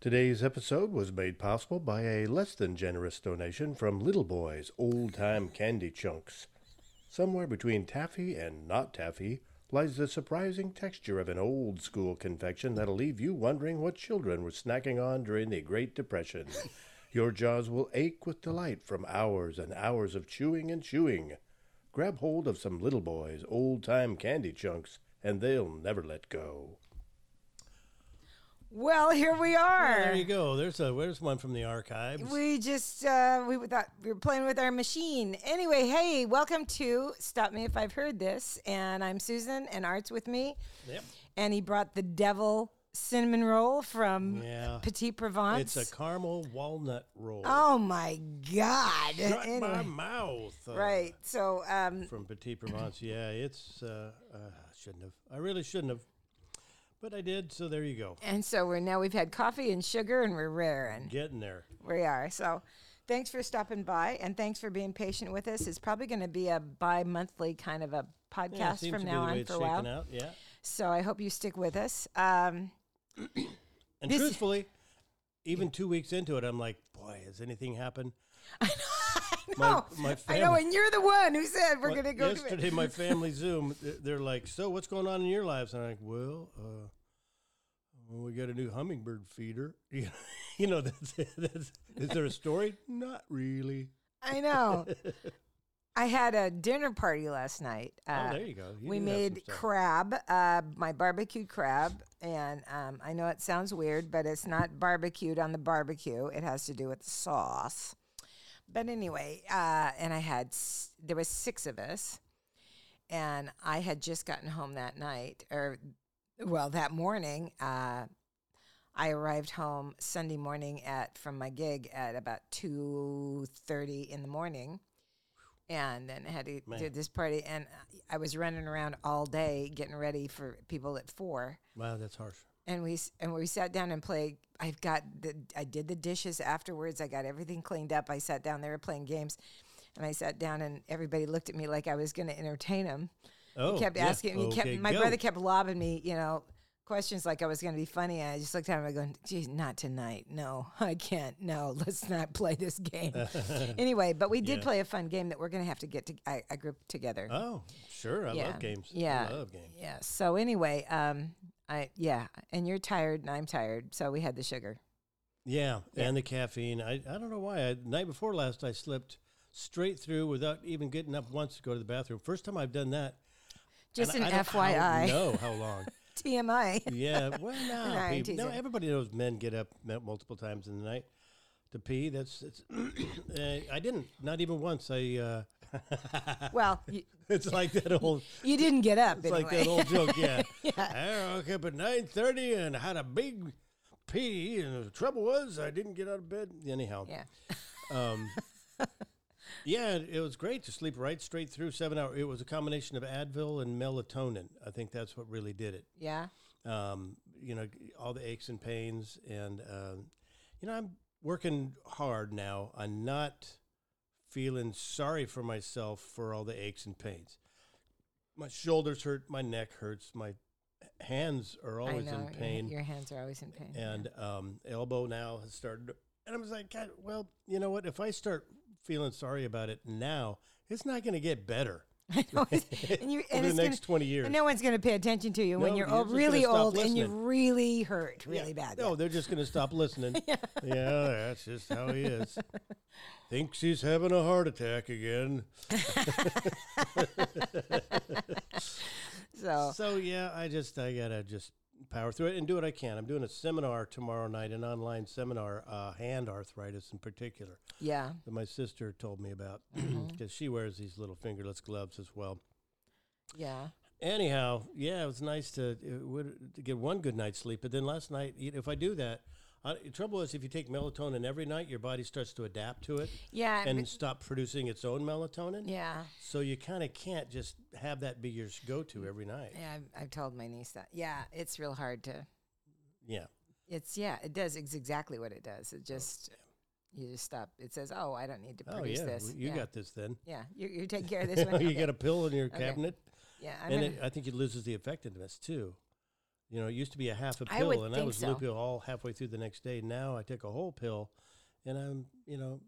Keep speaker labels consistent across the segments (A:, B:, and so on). A: Today's episode was made possible by a less than generous donation from Little Boy's Old Time Candy Chunks. Somewhere between taffy and not taffy lies the surprising texture of an old school confection that'll leave you wondering what children were snacking on during the Great Depression. Your jaws will ache with delight from hours and hours of chewing and chewing. Grab hold of some Little Boy's Old Time Candy Chunks, and they'll never let go.
B: Well, here we are.
C: There you go. There's a there's one from the archives.
B: We just uh, we thought we were playing with our machine. Anyway, hey, welcome to Stop Me If I've Heard This, and I'm Susan, and Art's with me,
C: Yep.
B: and he brought the devil cinnamon roll from
C: Yeah.
B: Petit Provence.
C: It's a caramel walnut roll.
B: oh my God!
C: Shut
B: Anyway,
C: my mouth. uh,
B: right. So, um,
C: From Petit Provence. Yeah, it's uh, uh shouldn't have. I really shouldn't have. But I did, so there you go.
B: and so we're now we've had coffee and sugar, and we're raring.
C: Getting there.
B: We are. So thanks for stopping by and thanks for being patient with us. It's probably going to be a bi monthly kind of a
C: Yeah,
B: podcast
C: seems
B: from
C: to be the
B: now
C: way
B: on
C: it's
B: for a
C: shaking
B: while.
C: out. Yeah.
B: So I hope you stick with us. Um,
C: And
B: This-
C: truthfully, even two weeks into it, I'm like, boy, has anything happened?
B: no,
C: my
B: I know.
C: family-
B: And you're the one who said we're
C: What-
B: going to go to
C: yesterday,
B: it.
C: my family Zoom, th- they're like, "So, what's going on in your lives?" And I'm like, "Well, uh, well, we got a new hummingbird feeder. You know, that's, that's, is there a story? Not really.
B: I know. I had a dinner party last night. Uh,
C: oh, there you go. You
B: we
C: do have some
B: made
C: stuff.
B: crab, uh, my barbecued crab, and um, I know it sounds weird, but it's not barbecued on the barbecue. It has to do with the sauce. But anyway, uh, and I had s- there was six of us, and I had just gotten home that night, or well, that morning. Uh, I arrived home Sunday morning at from my gig at about two thirty in the morning, and then had to do
C: Man.
B: this party. And I was running around all day getting ready for people at four.
C: Wow, that's harsh.
B: And we s- and we sat down and played. I've got the I did the dishes afterwards. I got everything cleaned up. I sat down. They were playing games, and I sat down and everybody looked at me like I was going to entertain them
C: Oh,
B: kept
C: yeah.
B: asking me.
C: Okay,
B: kept my
C: go.
B: brother kept lobbing me, you know, questions like I was going to be funny. And I just looked at him and going, "Geez, not tonight. No, I can't. No, let's not play this game." anyway, but we did
C: Yeah.
B: play a fun game that we're going to have to get to a, a group together.
C: Oh, sure. I
B: yeah.
C: love games.
B: Yeah.
C: I love games.
B: Yeah. So anyway, um, I yeah, and you're tired and I'm tired, so we had the sugar.
C: Yeah, and the caffeine. I, I don't know why. I, night before last, I slept straight through without even getting up once to go to the bathroom. First time I've done that. and
B: Just
C: I
B: an
C: don't how-
B: FYI,
C: know how long.
B: TMI.
C: Yeah, well, no,
B: I'm
C: peop- no,
B: teasing.
C: everybody knows men get up m- multiple times in the night to pee. That's, it's, uh, I didn't, not even once. I, uh,
B: well, you,
C: it's like that old,
B: you didn't get up
C: it's
B: anyway.
C: like that old joke. Yeah, I woke up at nine thirty and had a big pee, and the trouble was I didn't get out of bed. Anyhow,
B: yeah.
C: um, yeah, it was great to sleep right straight through seven hours. It was a combination of Advil and melatonin. I think that's what really did it
B: Yeah.
C: um, you know, g- all the aches and pains. And, um, you know, I'm working hard now on not feeling sorry for myself for all the aches and pains. My shoulders hurt, my neck hurts, my hands are
B: I
C: always
B: know.
C: in
B: your-
C: pain,
B: Your, hands are always in pain. yeah.
C: and um, elbow now has started. to- And I was like, God, well, you know what? If I start feeling sorry about it now, it's not going to get better
B: I know. it's- and you,
C: over
B: and
C: the
B: it's gonna-
C: next 20 years.
B: and no one's going to pay attention to you when
C: No,
B: you're
C: you're
B: old,
C: just gonna
B: really
C: stop
B: old and you
C: listening.
B: really hurt
C: Yeah.
B: really bad.
C: No, they're just going to stop listening. yeah. that's just how he is. Thinks he's having a heart attack again.
B: So
C: So yeah, I just I gotta just power through it and do what I can. I'm doing a seminar tomorrow night, an online seminar, uh, hand arthritis in particular,
B: yeah,
C: that my sister told me about because she wears these little fingerless gloves as well.
B: yeah.
C: Anyhow, yeah, it was nice to, it would, to get one good night's sleep. But then last night, you know, if I do that, I, the trouble is if you take melatonin every night, your body starts to adapt to it.
B: Yeah.
C: and
B: but-
C: stop producing its own melatonin.
B: yeah.
C: So you kind of can't just have that be your go to every night.
B: Yeah. I've, I've told my niece that. Yeah. It's real hard to.
C: Yeah.
B: It's, yeah, it does. It's exactly what it does. It just, you just stop. It says, oh, I don't need to
C: Oh,
B: produce
C: yeah.
B: this.
C: well, You
B: yeah.
C: got this then.
B: Yeah. You, you take care of this one.
C: you
B: Okay.
C: got a pill in your
B: Okay.
C: cabinet,
B: yeah. I'm
C: and
B: gonna,
C: it, I think it loses the effectiveness too. You know, it used to be a half a
B: I
C: pill,
B: would
C: and I
B: think
C: was
B: so.
C: loopy all halfway through the next day. Now I take a whole pill, and I'm, you know,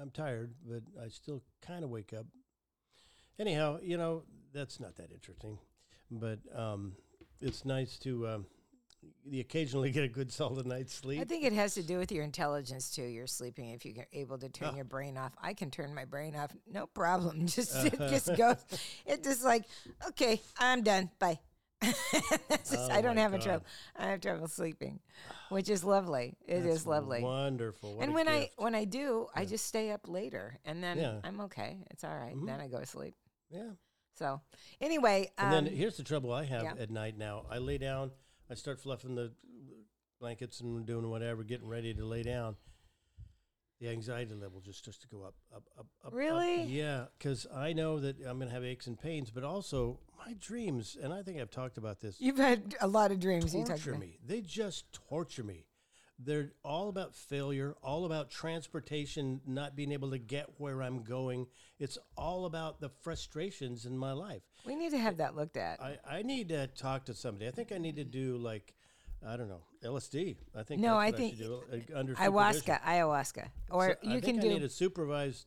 C: I'm tired, but I still kind of wake up. Anyhow, you know, that's not that interesting, but um, it's nice to um, you occasionally get a good solid night's sleep.
B: I think it has to do with your intelligence too. You're sleeping if you're able to turn
C: Ah.
B: your brain off. I can turn my brain off, no problem. Just it just goes. It just like okay, I'm done. Bye. It's just- I
C: Oh
B: don't
C: my
B: have a
C: God.
B: trouble. I have trouble sleeping, which is lovely. It is
C: That's
B: lovely.
C: Wonderful. What
B: and
C: a
B: when I
C: gift.
B: when I do, I just stay up later, and then
C: Yeah. Mm-hmm.
B: I'm okay. It's all right. Then I go to sleep.
C: yeah.
B: So anyway, um,
C: And then here's the trouble I have
B: yeah.
C: at night now. I lay down, I start fluffing the blankets and doing whatever, getting ready to lay down. The anxiety level just starts to go up, up, up, up. up.
B: Really?
C: Yeah, because I know that I'm going to have aches and pains, but also my dreams, and I think I've talked about this,
B: you've had a lot of dreams. you talked
C: torture
B: about.
C: me. They just torture me. They're all about failure, all about transportation, not being able to get where I'm going. It's all about the frustrations in my life.
B: We need to have that looked at.
C: I, I need to talk to somebody. I think I need to do like, I don't know, LSD. I think
B: No,
C: that's
B: I
C: what
B: think
C: should do, uh, under supervision.
B: ayahuasca, ayahuasca, or
C: So
B: you
C: I
B: can
C: think
B: do
C: I need a supervised.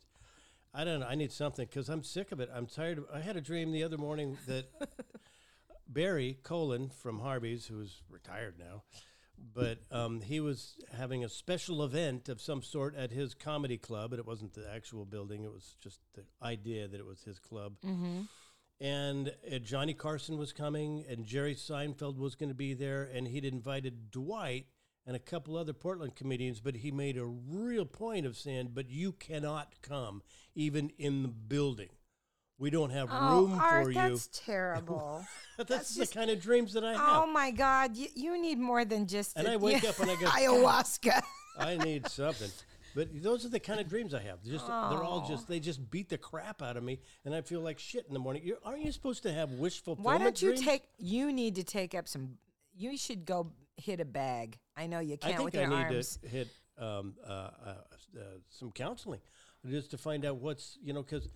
C: I don't know. I need something because I'm sick of it. I'm tired. Of, I had a dream the other morning that Barry Colon from Harvey's, who's retired now, but um, he was having a special event of some sort at his comedy club, and it wasn't the actual building. It was just the idea that it was his club.
B: Mm-hmm.
C: And uh, Johnny Carson was coming, and Jerry Seinfeld was going to be there, and he'd invited Dwight and a couple other Portland comedians, but he made a real point of saying, "But you cannot come, even in the building. We don't have
B: Oh,
C: room
B: Art,
C: for you."
B: that's terrible.
C: That's, the
B: just-
C: kind of dreams that I have.
B: oh my God, you, you need more than just.
C: And
B: a-
C: I wake
B: yeah,
C: up and I go,
B: ayahuasca.
C: I need something. But those are the kind of dreams I have. Just they're all just they just beat the crap out of me, and I feel like shit in the morning. You're, aren't you supposed to have wish fulfillment?
B: Why don't you
C: dreams?
B: take? You need to take up some. You should go hit a bag. I know you
C: I
B: can't
C: think
B: with
C: I
B: your
C: need
B: arms.
C: to hit um, uh, uh, s- uh, some counseling just to find out what's you know because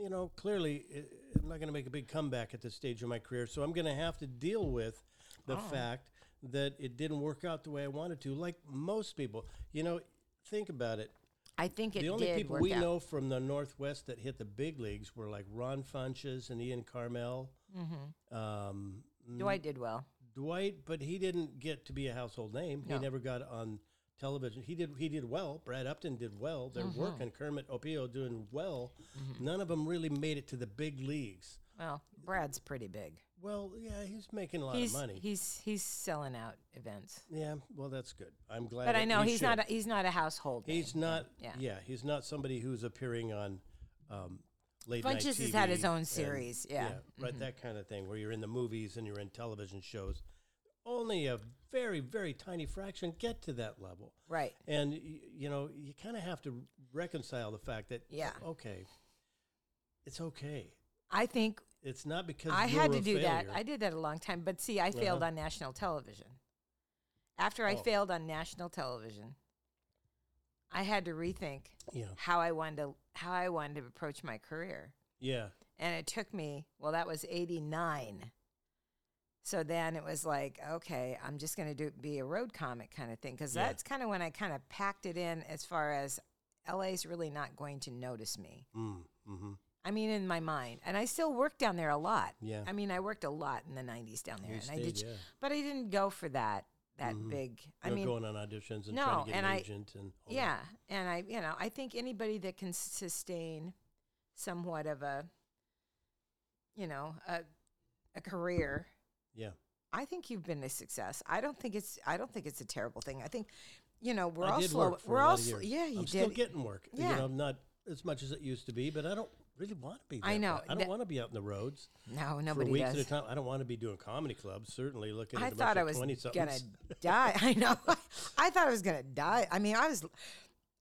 C: you know clearly i I'm not going to make a big comeback at this stage of my career, so I'm going to have to deal with the
B: Oh.
C: fact that it didn't work out the way I wanted to. Like most people, you know, think about it.
B: I think it
C: the only
B: did
C: people
B: work
C: we
B: out.
C: know from the Northwest that hit the big leagues were like Ron Funches and Ian Carmel. Um,
B: Dwight did well.
C: Dwight, but he didn't get to be a household name.
B: No.
C: He never got on television. He did he did well. Brad Upton did well. They're
B: Mm-hmm.
C: working. Kermit Opio doing well. None of them really made it to the big leagues.
B: Well, Brad's pretty big.
C: Well, yeah, he's making a lot
B: He's
C: of money.
B: he's he's selling out events.
C: yeah, well, that's good. I'm glad.
B: But I
C: that
B: know
C: he
B: he's not a,
C: should.
B: he's not a household. name.
C: he's not. Yeah.
B: Yeah.
C: he's not somebody who's appearing on. Um, Late night
B: Funchess has had his
C: TV
B: own
C: and-
B: series, yeah. Mm-hmm.
C: right. That kind of thing, where you're in the movies and you're in television shows. Only a very, very tiny fraction get to that level.
B: right.
C: And y- you know, you kind of have to reconcile the fact that
B: Yeah.
C: okay, it's okay.
B: I think
C: It's not because
B: I
C: you're
B: had to
C: a
B: do that.
C: failure.
B: I did that a long time, but see, I failed
C: Uh-huh.
B: on national television. After I
C: Oh.
B: failed on national television, I had to rethink
C: yeah,
B: how I wanted to how I wanted to approach my career.
C: yeah,
B: And it took me, well, that was 89. So then it was like, okay, I'm just going to do be a road comic kind of thing cuz
C: Yeah.
B: that's kind of when I kind of packed it in as far as LA's really not going to notice me.
C: mm, mm-hmm.
B: I mean, in my mind, and I still worked down there a lot.
C: Yeah.
B: I mean, I worked a lot in the '90s down there,
C: You
B: and I
C: stayed,
B: did,
C: yeah. Mm-hmm.
B: but I didn't go for that that big. I
C: You're
B: mean,
C: going on auditions and trying
B: no,
C: to get
B: and
C: an
B: I-
C: agent and all that.
B: yeah, and I, you know, I think anybody that can sustain somewhat of a, you know, a, a career,
C: yeah.
B: I think you've been a success. I don't think it's, I don't think it's a terrible thing. I think, you know, we're
C: I
B: all
C: did
B: slow.
C: work for
B: we're
C: a lot
B: all,
C: of
B: sl-
C: years.
B: yeah, you
C: I'm
B: did.
C: still getting work.
B: Yeah.
C: You know, not as much as it used to be, but I don't really want to be. That
B: I know,
C: way. I don't
B: that-
C: want to be out in the roads
B: no,
C: for
B: nobody
C: weeks
B: does.
C: at a time. I don't want to be doing comedy clubs. Certainly looking.
B: I
C: at a bunch
B: thought I
C: of
B: was
C: 20-somethings.
B: gonna die. I know. I thought I was gonna die. I mean, I was,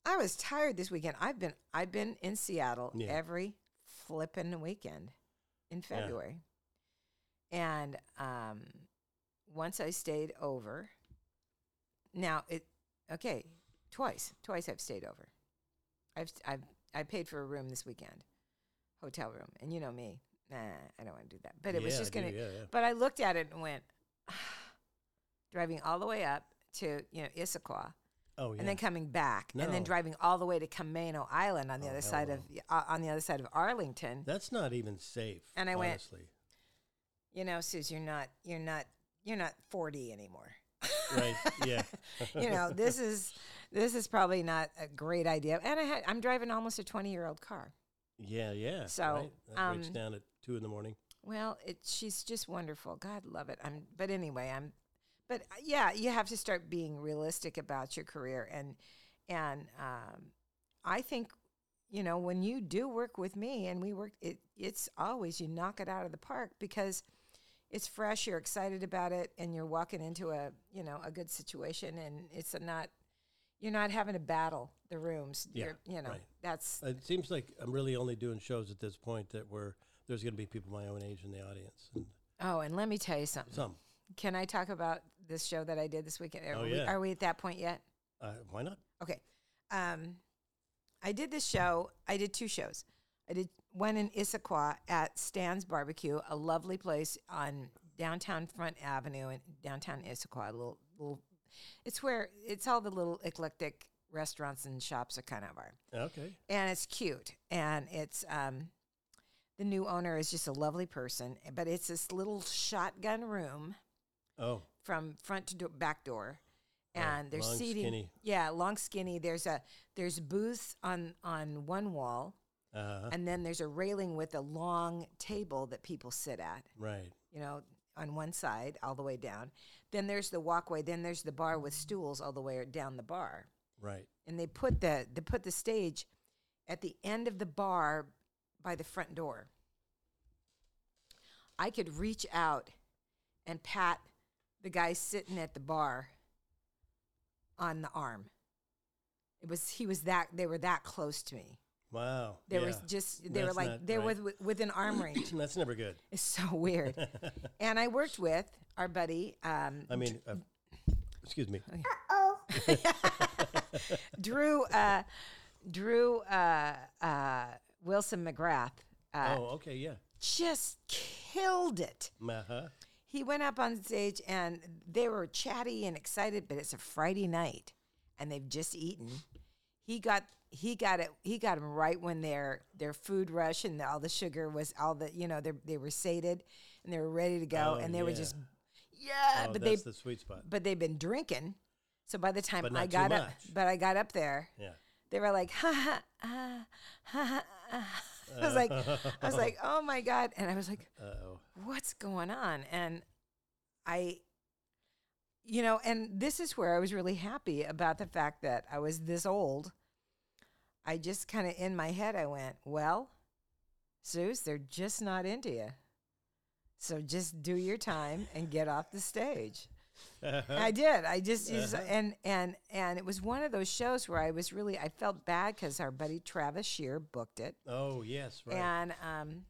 B: I was tired this weekend. I've been, I've been in Seattle
C: Yeah.
B: every flippin' weekend in February, and um, once I stayed over. Now it, okay, twice, twice I've stayed over. I've, I've, I paid for a room this weekend, hotel room, and you know me. Nah, I don't want to do that. But it was
C: Yeah,
B: just
C: I
B: gonna.
C: do, yeah, yeah.
B: But I looked at it and went, driving all the way up to you know Issaquah,
C: Oh yeah.
B: and then coming back, and then
C: No.
B: driving all the way to Camano Island on the
C: Oh,
B: other
C: hell
B: side
C: no.
B: of uh, on the other side of Arlington.
C: That's not even safe.
B: And I went-
C: honestly.
B: you know, Suze, you're not you're not you're not 40 anymore.
C: Right. Yeah.
B: you know, this is this is probably not a great idea. And I had, I'm driving almost a 20 year old car.
C: Yeah. Yeah.
B: So,
C: right? that breaks
B: um,
C: down at two in the morning.
B: Well, it she's just wonderful. God love it. I'm but anyway, I'm but uh, yeah, you have to start being realistic about your career and and um, I think you know when you do work with me and we work it it's always you knock it out of the park because it's fresh you're excited about it and you're walking into a you know a good situation and it's a not you're not having to battle the rooms
C: Yeah,
B: you're, you know
C: right.
B: that's
C: It seems like I'm really only doing shows at this point that where there's going to be people my own age in the audience. And
B: oh and let me tell you something
C: some.
B: Can I talk about this show that I did this weekend? Are,
C: Oh,
B: we,
C: yeah.
B: are we at that point yet?
C: Uh, why not?
B: Okay. Um, I did this show. I did two shows. I did one in Issaquah at Stan's Barbecue, a lovely place on downtown Front Avenue in downtown Issaquah. A little, little, it's where it's all the little eclectic restaurants and shops are kind of are
C: Okay.
B: and it's cute and it's um the new owner is just a lovely person but it's this little shotgun room
C: Oh,
B: from front to do- back door
C: Right,
B: and there's
C: long,
B: seating
C: skinny.
B: yeah long skinny there's a there's booths on on one wall
C: uh,
B: and then there's a railing with a long table that people sit at
C: right.
B: you know on one side all the way down then there's the walkway then there's the bar with stools all the way down the bar
C: Right.
B: and they put the they put the stage at the end of the bar by the front door. I could reach out and pat the guy sitting at the bar on the arm. It was he was that they were that close to me.
C: Wow.
B: They
C: yeah.
B: were just they were
C: That's
B: like
C: not
B: they
C: right.
B: were with, within arm range.
C: That's never good.
B: It's so weird. and I worked with our buddy um,
C: I mean, uh, excuse
B: Oh,
C: me.
B: Drew uh, Drew uh, uh, Wilson McGrath uh,
C: oh, okay. Yeah.
B: just killed it. Uh,
C: Uh-huh.
B: He went up on stage and they were chatty and excited, but it's a Friday night and they've just eaten. He got he got it he got him right when their their food rush and all the sugar was all the you know they they were sated and they were ready to go
C: Oh,
B: and they were
C: yeah.
B: just yeah
C: Oh,
B: but they
C: that's the sweet spot.
B: but they've been drinking so by the time
C: But not
B: I
C: too
B: got up
C: much.
B: but I got up there
C: Yeah.
B: they were like ha ha ah, ha ha ah. I was like I was like oh my god and I was like
C: Uh-oh.
B: what's going on and i you know and this is where i was really happy about the fact that i was this old i just kind of in my head i went well Zeus, they're just not into you so just do your time and get off the stage i did i just just-
C: Uh-huh.
B: and and and it was one of those shows where i was really i felt bad because our buddy travis shear booked it
C: Oh, yes. Right.
B: and um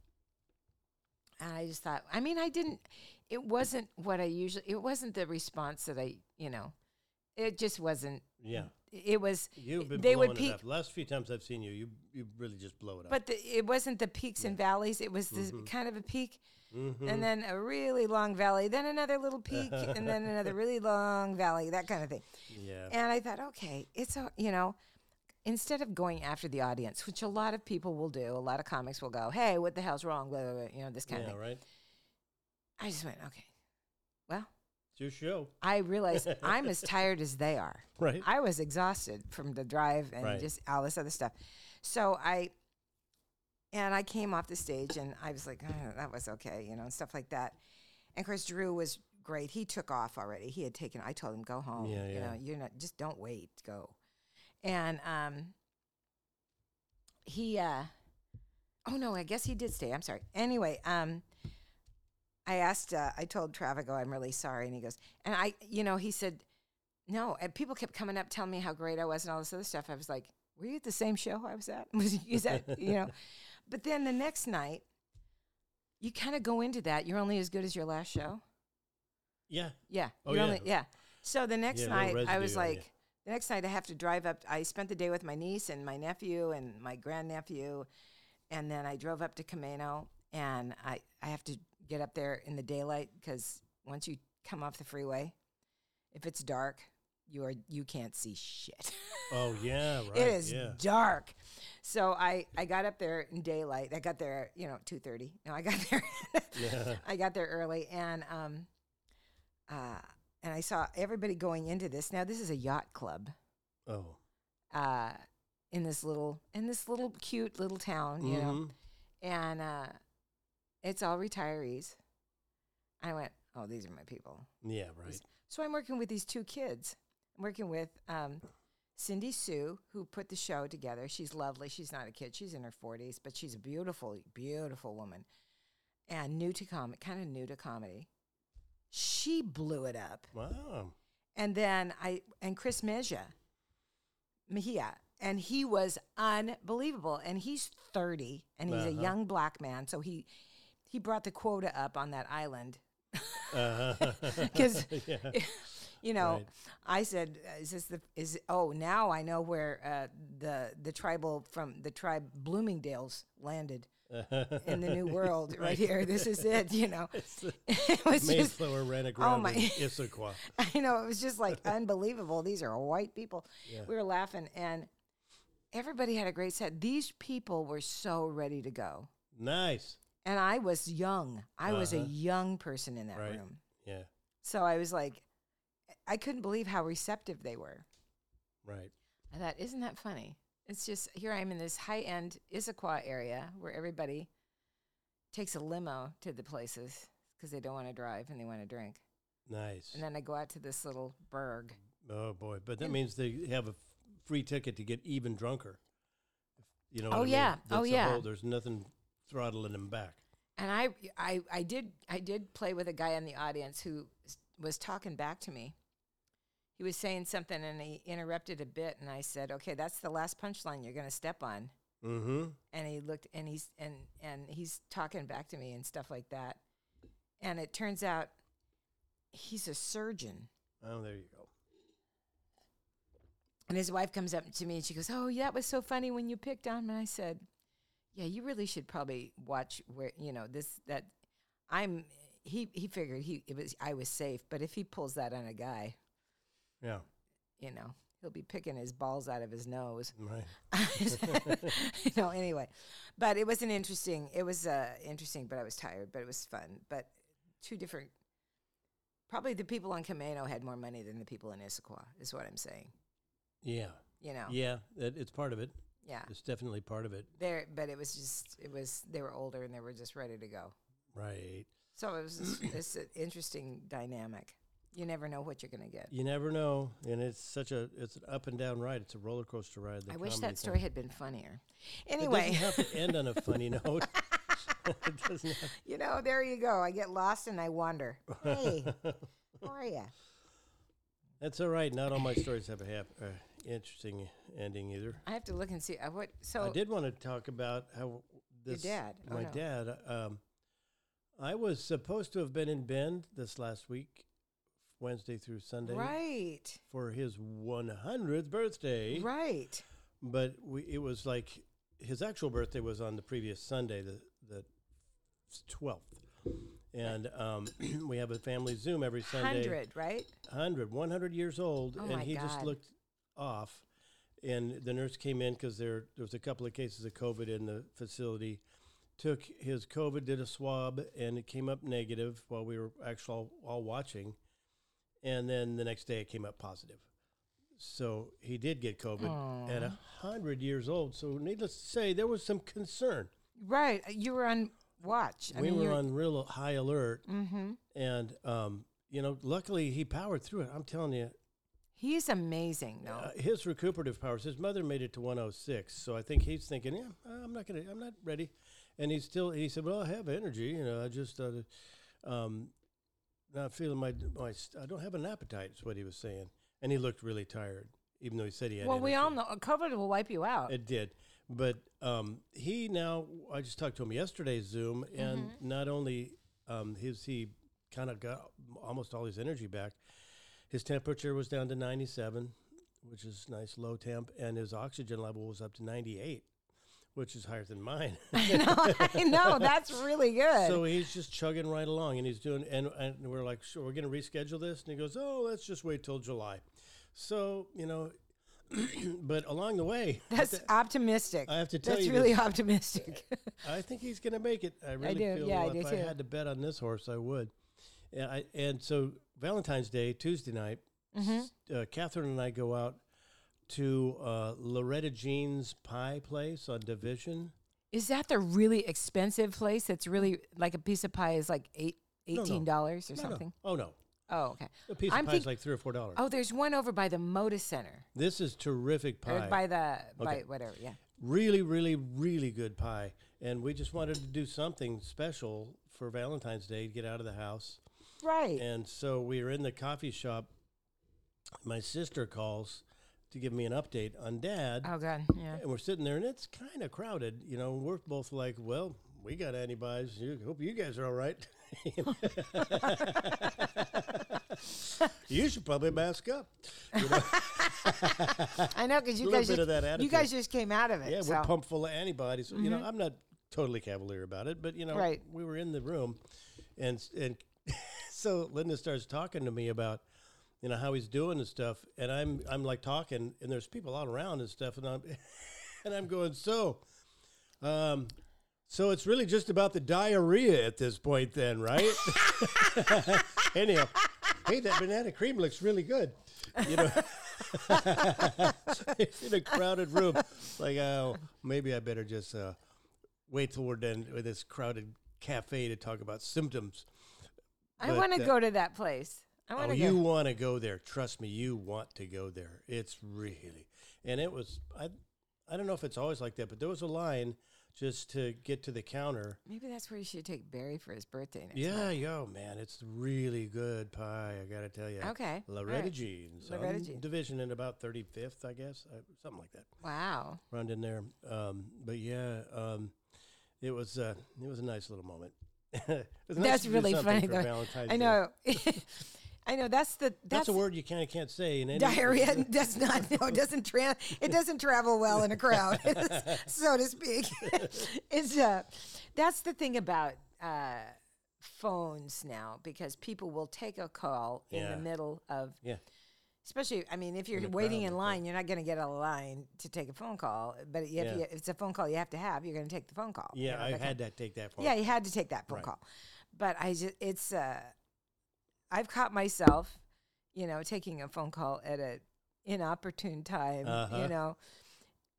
B: and i just thought i mean i didn't it wasn't what i usually it wasn't the response that i you know it just wasn't
C: yeah.
B: it was
C: You've been
B: they
C: blowing
B: would
C: it
B: peak
C: up. Last few times I've seen you, you you really just blow it up. Mm-hmm.
B: but the, it wasn't the peaks and valleys it was this kind of a peak and then a really long valley then another little peak and then another really long valley that kind of thing
C: yeah.
B: And I thought, okay, it's a, you know, instead of going after the audience, which a lot of people will do, a lot of comics will go, hey, what the hell's wrong? Blah, blah, blah, you know, this kind of
C: yeah.
B: thing.
C: Right.
B: I just went, okay. Well,
C: It's your show.
B: I realized I'm as tired as they are.
C: Right.
B: I was exhausted from the drive and
C: Right.
B: just all this other stuff. So I, and I came off the stage and I was like, "Oh, that was okay, you know, and stuff like that. And of course, Drew was great. He took off already. He had taken, I told him, go home.
C: Yeah,
B: You
C: yeah.
B: know, you're not, just don't wait, go. And um, he, uh, oh no, I guess he did stay. I'm sorry. Anyway, um, I asked, uh, I told Travigo, I'm really sorry. And he goes, and I, you know, he said, no. And people kept coming up telling me how great I was and all this other stuff. I was like, were you at the same show I was at? Was you- is that, you know? But then the next night, you kind of go into that. You're only as good as your last show.
C: Yeah.
B: Yeah.
C: Oh,
B: you're
C: yeah.
B: Only, yeah. So the next
C: Yeah, a
B: night,
C: little
B: I was
C: residue on
B: like,
C: ya.
B: the next night I have to drive up. I spent the day with my niece and my nephew and my grandnephew. And then I drove up to Camano and I, I have to get up there in the daylight because once you come off the freeway, If it's dark, you are you can't see shit.
C: Oh yeah, right.
B: it is
C: yeah.
B: dark. So I I got up there in daylight. I got there, you know, two thirty. No, I got there.
C: Yeah.
B: I got there early, and um, uh, and I saw everybody going into this. Now this is a yacht club.
C: Oh.
B: Uh, in this little in this little cute little town, you know,
C: Mhm.
B: and uh, it's all retirees. I went, oh, these are my people.
C: Mm-hmm. Yeah, right.
B: So I'm working with these two kids. I'm working with um, Cindy Sue, who put the show together. She's lovely. She's not a kid. She's in her 40s, but she's a beautiful, beautiful woman and new to comedy, kind of new to comedy. She blew it up.
C: Wow.
B: And then I, and Chris Mejia, Mejia, and he was unbelievable. And he's 30 and he's
C: Uh-huh.
B: a young black man. So he, he brought the quota up on that island
C: Uh-huh.
B: because
C: yeah.
B: you know,
C: Right.
B: I said, uh, "Is this the is? Oh, now I know where uh, the the tribal from the tribe Bloomingdale's landed in the New World, right here. This is it. You know,
C: uh,
B: it was just, oh
C: Mayflower ran aground
B: my-
C: in Issaquah.
B: I know, it was just like unbelievable. These are white people. We were laughing, and everybody had a great set. These people were so ready to go,
C: Nice.
B: and I was young. I was a
C: Uh-huh.
B: young person in that
C: Right.
B: room,
C: Yeah.
B: so I was like, I couldn't believe how receptive they were.
C: Right.
B: I thought, isn't that funny? It's just here I am in this high end Issaquah area where everybody takes a limo to the places because they don't want to drive and they want to drink.
C: Nice.
B: And then I go out to this little burg.
C: Oh boy, but that means they have a f- free ticket to get even drunker. You know?
B: Oh,
C: what I mean?
B: yeah.
C: That's
B: Oh,
C: the
B: yeah.
C: whole- there's nothing throttling them back.
B: And I, I, I did, I did play with a guy in the audience who s- was talking back to me. He was saying something and he interrupted a bit, and I said, "Okay, that's the last punchline you're going to step on."
C: Mm-hmm.
B: and he looked and he's and and he's talking back to me and stuff like that and it turns out he's a surgeon
C: Oh, there you go.
B: and his wife comes up to me and she goes oh that was so funny when you picked on me i said yeah you really should probably watch where you know this that i'm he he figured he it was i was safe but if he pulls that on a guy
C: Yeah.
B: you know he'll be picking his balls out of his nose
C: Right.
B: you know anyway but it was an interesting it was uh interesting but i was tired but it was fun but two different probably the people on Camino had more money than the people in Issaquah is what i'm saying
C: Yeah.
B: you know
C: Yeah. That it's part of it.
B: yeah
C: It's definitely part of it.
B: there but it was just it was they were older and they were just ready to go
C: Right.
B: so it was just- it's an interesting dynamic you never know what you're going to get
C: You never know, and it's such a it's an up and down ride. It's a roller coaster ride. the
B: i wish
C: comedy
B: that story
C: thing.
B: had been funnier
C: It
B: anyway
C: doesn't have to end on a funny note. it doesn't. Have,
B: you know there you go i get lost and i wander hey how are you
C: that's all right. Not all my stories have a hap- uh, interesting ending either.
B: I have to look and see uh, what. So
C: I did want to talk about how this
B: dad. Oh,
C: my
B: no.
C: dad. Um, I was supposed to have been in Bend this last week, Wednesday through Sunday,
B: right,
C: for his 100th birthday.
B: right.
C: But we, it was like his actual birthday was on the previous Sunday, the the 12th, and um, we have a family Zoom every Sunday.
B: Hundred, right?
C: 100, 100 years old,
B: Oh
C: and
B: my
C: he just
B: God.
C: looked off. And the nurse came in because there, there was a couple of cases of COVID in the facility. Took his COVID, did a swab, and it came up negative while we were actually all, all watching. And then the next day it came up positive. So he did get COVID at at 100 years old. So, needless to say, there was some concern
B: Right. uh, You were on watch. I
C: we
B: mean,
C: were
B: you're- mm-hmm.
C: on real high alert, and um, you know, luckily he powered through it. I'm telling you,
B: He's amazing, though.
C: uh, his recuperative powers. His mother made it to 106, so I think he's thinking, yeah, I'm not gonna, I'm not ready, and he's still. He said, well, I have energy, you know, I just, uh, um, not feeling my, my, st- I don't have an appetite. Is what he was saying, and he looked really tired, even though he said he had.
B: well, we all
C: energy.
B: know uh, COVID will wipe you out.
C: It did. But um, he now, I just talked to him yesterday, Zoom, and
B: Mm-hmm.
C: not only um, his, he kind of got almost all his energy back, his temperature was down to 97, which is nice low temp, and his oxygen level was up to 98, which is higher than mine.
B: I know, I know. That's really good.
C: so he's just chugging right along, and he's doing, and, and we're like, sure, we're going to reschedule this, and he goes, oh, let's just wait till July. So you know, but along the way,
B: that's optimistic.
C: I have to tell
B: that's
C: you
B: really
C: this.
B: optimistic.
C: I think he's going to make it. I really
B: do.
C: feel
B: Yeah, I
C: if
B: do
C: I
B: too.
C: had to bet on this horse, I would. And, I, and so Valentine's Day, Tuesday night,
B: Mm-hmm.
C: s- uh, Catherine and I go out to uh, Loretta Jean's pie place on Division.
B: Is that the really expensive place that's really like a piece of pie is like eight,
C: no.
B: $18 dollars or
C: No, no.
B: something?
C: Oh no,
B: Oh, okay.
C: a piece
B: I'm
C: of pie
B: think-
C: is like three or four dollars.
B: Oh, there's one over by the Moda Center.
C: This is terrific
B: Or
C: pie.
B: by the, by
C: Okay.
B: whatever, yeah.
C: really, really, really good pie. And we just wanted to do something special for Valentine's Day to get out of the house.
B: Right.
C: And so we were in the coffee shop. My sister calls to give me an update on dad.
B: oh, God. Yeah.
C: And we're sitting there and it's kind of crowded. You know, we're both like, well, we got antibodies. You, hope you guys are all right. you should probably mask up.
B: I know, because you,
C: Little
B: guys
C: bit
B: just-
C: of that
B: you guys just came out of it.
C: Yeah,
B: so. Mm-hmm.
C: we're pumped full of antibodies. You know, I'm not totally cavalier about it, but you know,
B: Right.
C: we were in the room, and s- and so Linda starts talking to me about you know how he's doing and stuff, and I'm I'm like talking, and there's people all around and stuff, and I'm and I'm going so, um, so it's really just about the diarrhea at this point, then, right? Anyhow. Hey, that banana cream looks really good. You know, in a crowded room, like, oh, maybe I better just uh, wait till we're done with this crowded cafe to talk about symptoms.
B: I
C: but,
B: want to
C: uh,
B: go to that place. I want
C: Oh,
B: to
C: you
B: go.
C: want to go there? Trust me, you want to go there. It's really, and it was. I, I don't know if it's always like that, but there was a line just to get to the counter.
B: Maybe that's where you should take Barry for his birthday next
C: Yeah,
B: month.
C: yo, man, it's really good pie. I gotta tell you.
B: Okay, all
C: Loretta
B: right.
C: Jean's
B: Loretta
C: on
B: Jean.
C: division in about thirty fifth, I guess, uh, something like that,
B: Wow.
C: around in there. Um, but yeah, um, it was uh, it was a nice little moment. It was nice
B: That's
C: to do
B: really
C: something
B: funny,
C: for
B: though.
C: Valentine's Day.
B: I know. I know. That's the
C: That's,
B: that's,
C: a word you kind of can't say in any
B: diarrhea does not no it doesn't tran it doesn't travel well in a crowd so to speak it's uh that's the thing about uh phones now because people will take a call in
C: Yeah.
B: the middle of
C: Yeah,
B: especially i mean if you're
C: a
B: waiting
C: crowd
B: in
C: like
B: line you're not going to get out of line to take a phone call but if,
C: Yeah.
B: you, if it's a phone call you have to have you're going to take the phone call you
C: yeah,
B: know,
C: I
B: that kind-
C: had that take that for.
B: yeah, you had to take that phone
C: Right.
B: call. But I just, it's, uh, I've caught myself, you know, taking a phone call at an inopportune time,
C: Uh-huh.
B: you know,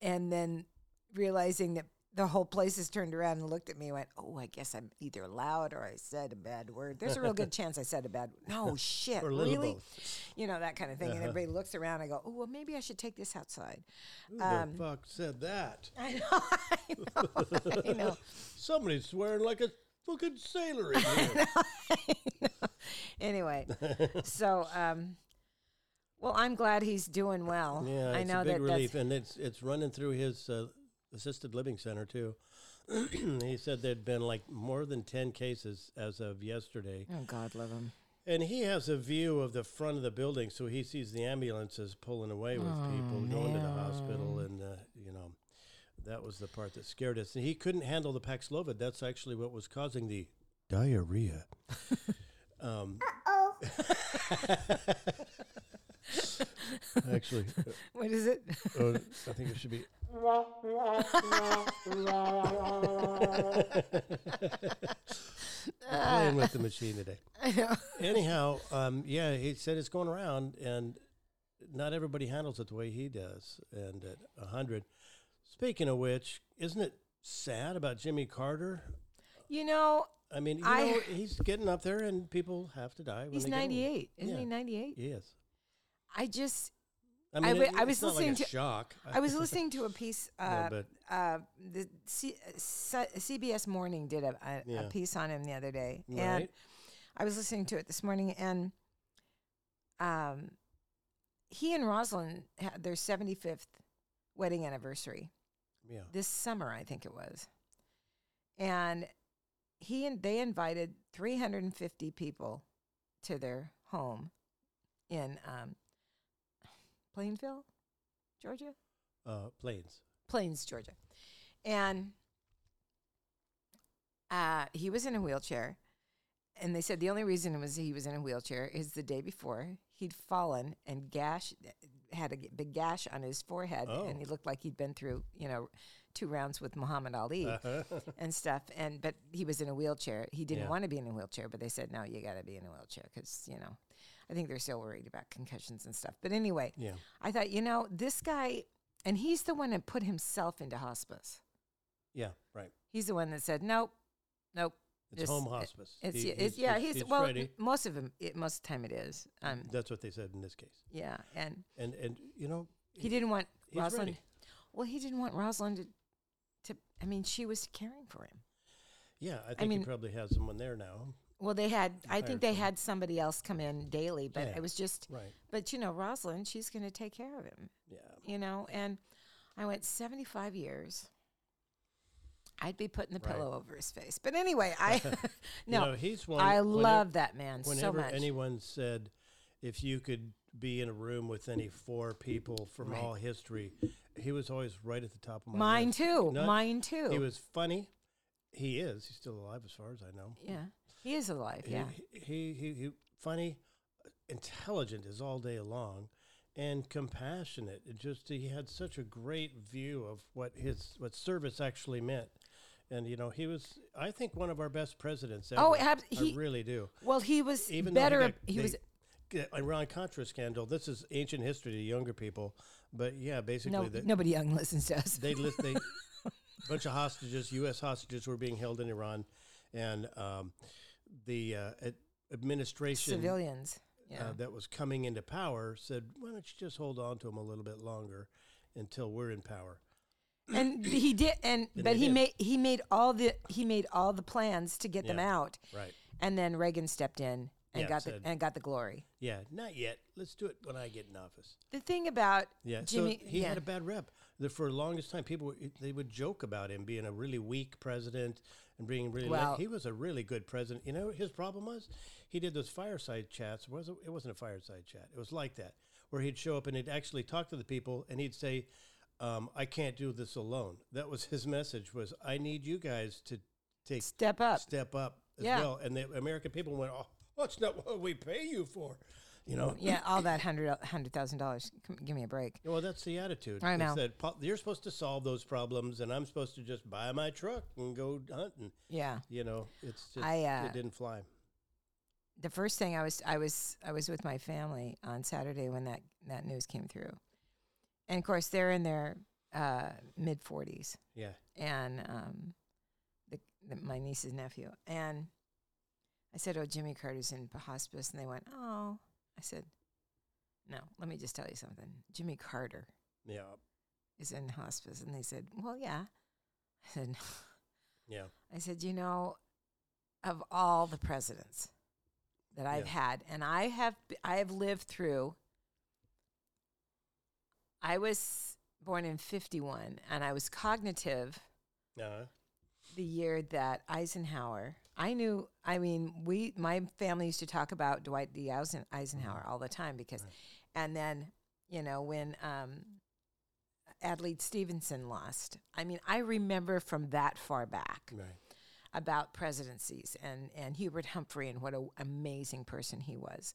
B: and then realizing that the whole place has turned around and looked at me and went, oh, I guess I'm either loud or I said a bad word. There's a real good chance I said a bad No, shit.
C: Or a little
B: really?
C: both. Uh-huh.
B: You know, that kind of thing. And everybody looks around. I go, oh, well, maybe I should take this outside.
C: Who the fuck said that?
B: um, I know. I know. I know.
C: Somebody's swearing like a fucking sailor in here.
B: anyway, so um, well, I'm glad he's doing well.
C: Yeah,
B: I
C: it's
B: know
C: a big
B: that.
C: relief,
B: That's,
C: and it's it's running through his uh, assisted living center too. he said there'd been like more than ten cases as of yesterday,
B: oh God, love him.
C: and he has a view of the front of the building, so he sees the ambulances pulling away with people going to the hospital, and uh, you know. That was the part that scared us. And he couldn't handle the Paxlovid. That's actually what was causing the diarrhea. um, actually,
B: What is it?
C: uh, I think it should be playing with the machine today. Anyhow, um, yeah, he said it's going around, and not everybody handles it the way he does. And at a hundred, speaking of which, isn't it sad about Jimmy Carter?
B: You know,
C: I mean, you
B: I-
C: know, he's getting up there, and people have to die. When
B: he's
C: they get old.
B: 98, isn't he?
C: Yeah.
B: 98.
C: Yes.
B: I just,
C: I
B: I
C: mean,
B: wa-
C: it-
B: I was
C: it's not like
B: listening
C: a
B: to-
C: shock.
B: I was listening to a piece. Uh,
C: but-
B: uh, the C- uh, C- CBS Morning did a, a,
C: Yeah.
B: a piece on him the other day, and
C: right?
B: I was listening to it this morning, and um, he and Rosalind had their 75th wedding anniversary.
C: Yeah.
B: this summer, I think it was. And he and they invited 350 people to their home in um, Plainville, Georgia,
C: Uh, planes.
B: Plains, Georgia. And uh, he was in a wheelchair. And they said the only reason was he was in a wheelchair is the day before he'd fallen and gash had a g- big gash on his forehead, and
C: Oh.
B: he looked like he'd been through you know two rounds with Muhammad Ali
C: Uh.
B: and stuff. And but he was in a wheelchair. He didn't
C: Yeah.
B: want to be in a wheelchair, but they said no, you got to be in a wheelchair because you know I think they're still worried about concussions and stuff. But anyway,
C: Yeah.
B: I thought you know this guy, and he's the one that put himself into hospice.
C: Yeah. Right.
B: He's the one that said nope, nope.
C: It's
B: this-
C: home
B: it-
C: hospice.
B: It's,
C: He-
B: yeah, it's yeah. He's, well.
C: ready.
B: Most of them, it, most of the time, it is. Um,
C: That's what they said in this case.
B: yeah, and
C: And and you know,
B: he didn't want
C: he's
B: Rosalind.
C: ready.
B: Well, he didn't want Rosalind to, to. I mean, she was caring for him.
C: yeah, I think
B: mean-
C: he probably has someone there now.
B: Well, they had. I think
C: Hired
B: they
C: someone.
B: had somebody else come in daily, but
C: Yeah.
B: it was just.
C: Right.
B: But you know, Rosalind, she's going to take care of him.
C: Yeah.
B: You know, and I went seventy-five years. I'd be putting the
C: Right.
B: pillow over his face, but anyway, I no,
C: you know, he's one.
B: I
C: whenever-
B: love that man so
C: Whenever
B: much.
C: anyone said, if you could be in a room with any four people from
B: Right.
C: all history, he was always right at the top of my
B: Mine
C: list.
B: too.
C: No,
B: Mine too.
C: He was funny. He is. He's still alive, as far as I know.
B: Yeah. He is alive.
C: He-
B: Yeah.
C: He, he, he, funny, intelligent is all day long, and compassionate. It just he had such a great view of what his what service actually meant. And you know he was, I think, one of our best presidents. Ever.
B: Oh, abs-
C: I
B: he-
C: really do.
B: Well, he was
C: Even though
B: better.
C: he, got,
B: he was
C: was Iran Contra scandal. This is ancient history to younger people, but yeah, basically
B: no
C: the,
B: nobody young listens to us.
C: they list they bunch of hostages, U.S. hostages were being held in Iran, and um, the uh, ad- administration
B: Civilians.
C: uh,
B: Yeah.
C: that was coming into power said, "Why don't you just hold on to them a little bit longer until we're in power?"
B: and he did and
C: And
B: but
C: they
B: he
C: did.
B: made he made all the he made all the plans to get them
C: Yeah.
B: out
C: Right?
B: and then Reagan stepped in and
C: Yeah,
B: got
C: said-
B: the and got the glory.
C: Yeah. Not yet. Let's do it when I get in office.
B: The thing about
C: Yeah.
B: Jimmy
C: so he
B: yeah.
C: had a bad rep the, for the longest time. People were- they would joke about him being a really weak president and being really. la-
B: Well-
C: he was a really good president. You know what his problem was? He did those fireside chats. Was it wasn't a fireside chat. It was like that where he'd show up and he'd actually talk to the people and he'd say, um, "I can't do this alone." That was his message. Was I need you guys to take
B: step up.
C: step up as
B: Yeah.
C: well. And the American people went, "Oh, that's not what we pay you for," you know.
B: yeah, all that hundred hundred thousand dollars. Come- Give me a break.
C: Well, that's the attitude.
B: I
C: It's
B: know.
C: that po- you're supposed to solve those problems, and I'm supposed to just buy my truck and go hunting.
B: Yeah.
C: You know, it's just
B: I, uh,
C: it didn't fly.
B: the first thing I was I was I was with my family on Saturday when that that news came through, and of course they're in their uh, mid forties,
C: Yeah,
B: and um, the, the, my niece's nephew, and I said, "Oh, Jimmy Carter's in p- hospice," and they went, "Oh," I said, "No, let me just tell you something. Jimmy Carter
C: yeah,
B: is in hospice," and they said, "Well, yeah," I said,
C: yeah.
B: I said, you know, of all the presidents that I've
C: Yeah.
B: had, and I have b- I have lived through. I was born in '51, and I was cognitive
C: Uh,
B: the year that Eisenhower. I knew. I mean, we my family used to talk about Dwight D. Eisen- Eisenhower all the time because, and then you know when um, Adlai Stevenson lost. I mean, I remember from that far back
C: right.
B: about presidencies and, and Hubert Humphrey and what an amazing person he was.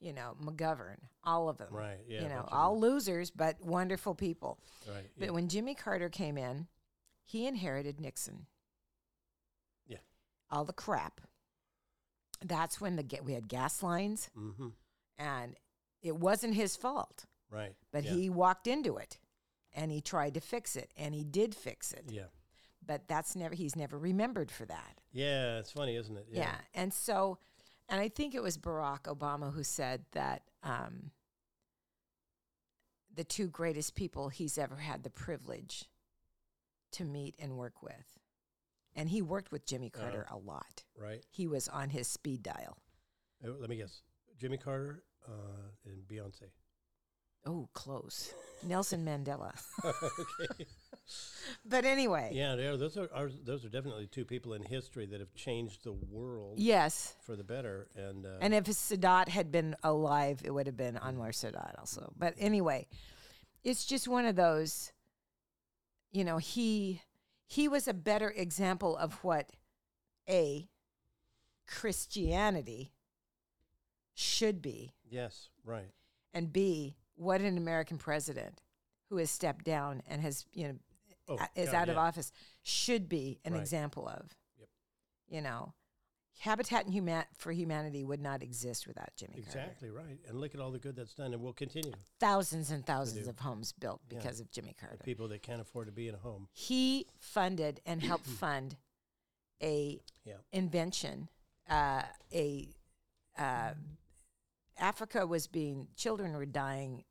B: You know, McGovern, all of them.
C: Right, yeah,
B: You
C: a
B: know,
C: bunch of
B: all losers, but wonderful people.
C: Right.
B: But
C: yeah.
B: when Jimmy Carter came in, he inherited Nixon.
C: Yeah.
B: All the crap. That's when the ga- we had gas lines,
C: mm-hmm.
B: and it wasn't his fault,
C: Right.
B: but
C: yeah,
B: he walked into it, and he tried to fix it, and he did fix it.
C: Yeah.
B: But that's never he's never remembered for that.
C: Yeah. It's funny, isn't it?
B: Yeah. And so, and I think it was Barack Obama who said that um, the two greatest people he's ever had the privilege to meet and work with. And he worked with Jimmy
C: Uh-huh.
B: Carter a lot.
C: Right.
B: He was on his speed dial.
C: Uh, let me guess. Jimmy Carter uh, and Beyonce.
B: Oh, close. Nelson Mandela.
C: okay.
B: But anyway,
C: Yeah, they are, those are, are those are definitely two people in history that have changed the world
B: yes.
C: for the better. And, uh,
B: And if Sadat had been alive, it would have been Anwar Sadat also. But anyway, it's just one of those, you know, he he was a better example of what a Christianity should be,
C: Yes, right.
B: and B, what an American president who has stepped down and has, you know,
C: Oh,
B: a- Uh, is
C: God,
B: out of
C: yeah.
B: office should be an
C: Right.
B: example of.
C: Yep.
B: You know, Habitat and Human- for Humanity would not exist without Jimmy Carter.
C: Exactly right. And look at all the good that's done, and we'll continue.
B: Thousands and thousands
C: do.
B: of homes built
C: Yeah.
B: because of Jimmy Carter.
C: The people that can't afford to be in a home.
B: He funded and helped fund a
C: Yeah.
B: invention. Uh, a uh, Africa was being children were dying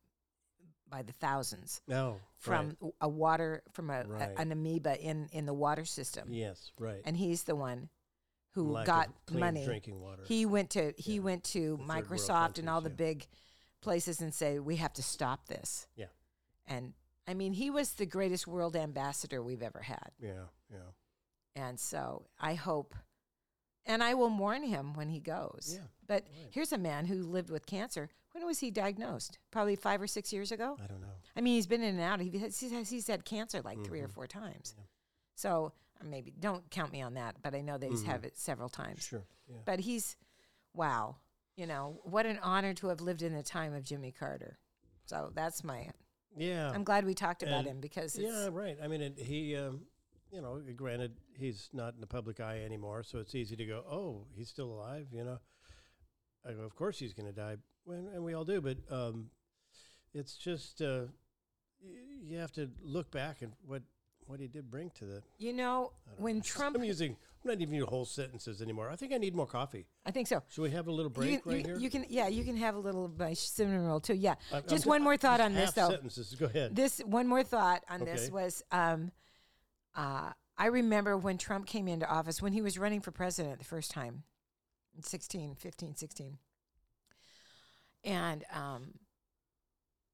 B: by the thousands
C: No.
B: from
C: right.
B: w- a water from a, a-
C: Right.
B: an amoeba in in the water system
C: Yes, right.
B: and he's the one who
C: Lack of
B: got
C: clean
B: money
C: drinking water.
B: he went to he
C: Yeah.
B: went to
C: The third world
B: microsoft and all the
C: countries,
B: big places and say we have to stop this
C: Yeah.
B: and i mean he was the greatest world ambassador we've ever had
C: Yeah, yeah.
B: and so i hope and i will mourn him when he goes
C: Yeah,
B: but
C: right.
B: here's a man who lived with cancer when was he diagnosed probably five or six years ago
C: I don't know.
B: I mean, he's been in and out. He has, he's, has- he's had cancer like three
C: Mm-hmm.
B: or four times. So uh, maybe don't count me on that, but I know that he's had it several times.
C: Mm-hmm. Sure. Yeah.
B: But he's, wow, you know, what an honor to have lived in the time of Jimmy Carter. So that's my,
C: Yeah.
B: I'm glad we talked about
C: And-
B: him because it's,
C: yeah, right. I mean, it, he, um, you know, granted, he's not in the public eye anymore, so it's easy to go, oh, he's still alive, you know. I go, of course he's going to die, and, and we all do, but um, it's just uh, y- you have to look back and what what he did bring to the.
B: you know, when Trump,
C: I'm using. I'm not even using whole sentences anymore. I think I need more coffee.
B: I think so.
C: Should we have a little break
B: you, can,
C: right
B: you,
C: here?
B: you can, yeah, you can have a little of my cinnamon roll too. Yeah.
C: I- I'm
B: just
C: ju-
B: one more thought
C: just
B: on this
C: half
B: though.
C: Sentences. Go ahead.
B: this one more thought on this
C: Okay.
B: was um, uh, I remember when Trump came into office when he was running for president the first time in 16, 15, 16. And um,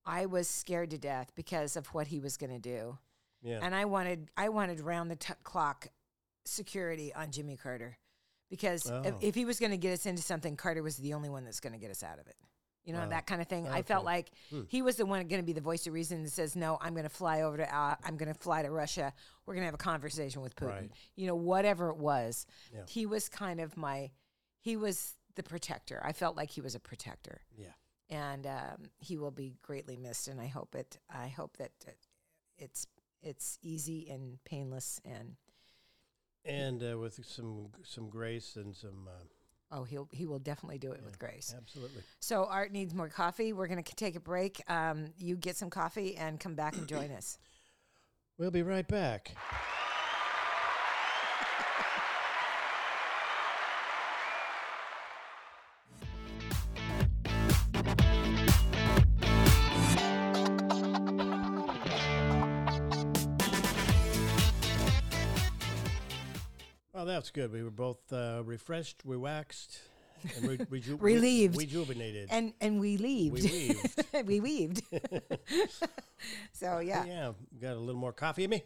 B: I was scared to death because of what he was going to do.
C: yeah.
B: And I wanted I wanted round the t- clock security on Jimmy Carter because if,
C: Oh.
B: if he was going to get us into something, Carter was the only one that's going to get us out of it. You know
C: Wow.
B: that kind of thing. I felt
C: Okay. Hmm.
B: like he was the one going to be the voice of reason that says, "No, I'm going to fly over to uh, I'm going to fly to Russia. We're going to have a conversation with Putin."
C: Right.
B: You know, whatever it was,
C: Yeah.
B: he was kind of my he was the protector. I felt like he was a protector
C: yeah.
B: and um, he will be greatly missed. And I hope it. I hope that uh, it's it's easy and painless. And
C: And uh, with some some grace and some. Uh,
B: oh, he'll he will definitely do it with grace.
C: Absolutely.
B: So Art needs more coffee. We're gonna c- take a break. Um, you get some coffee and come back and join us.
C: We'll be right back. Well, that's good. We were both uh, refreshed, we waxed, and reju- reju-
B: Relieved.
C: rejuvenated.
B: And and we leaved.
C: we weaved.
B: we weaved. so yeah.
C: Yeah, we got a little more coffee in me.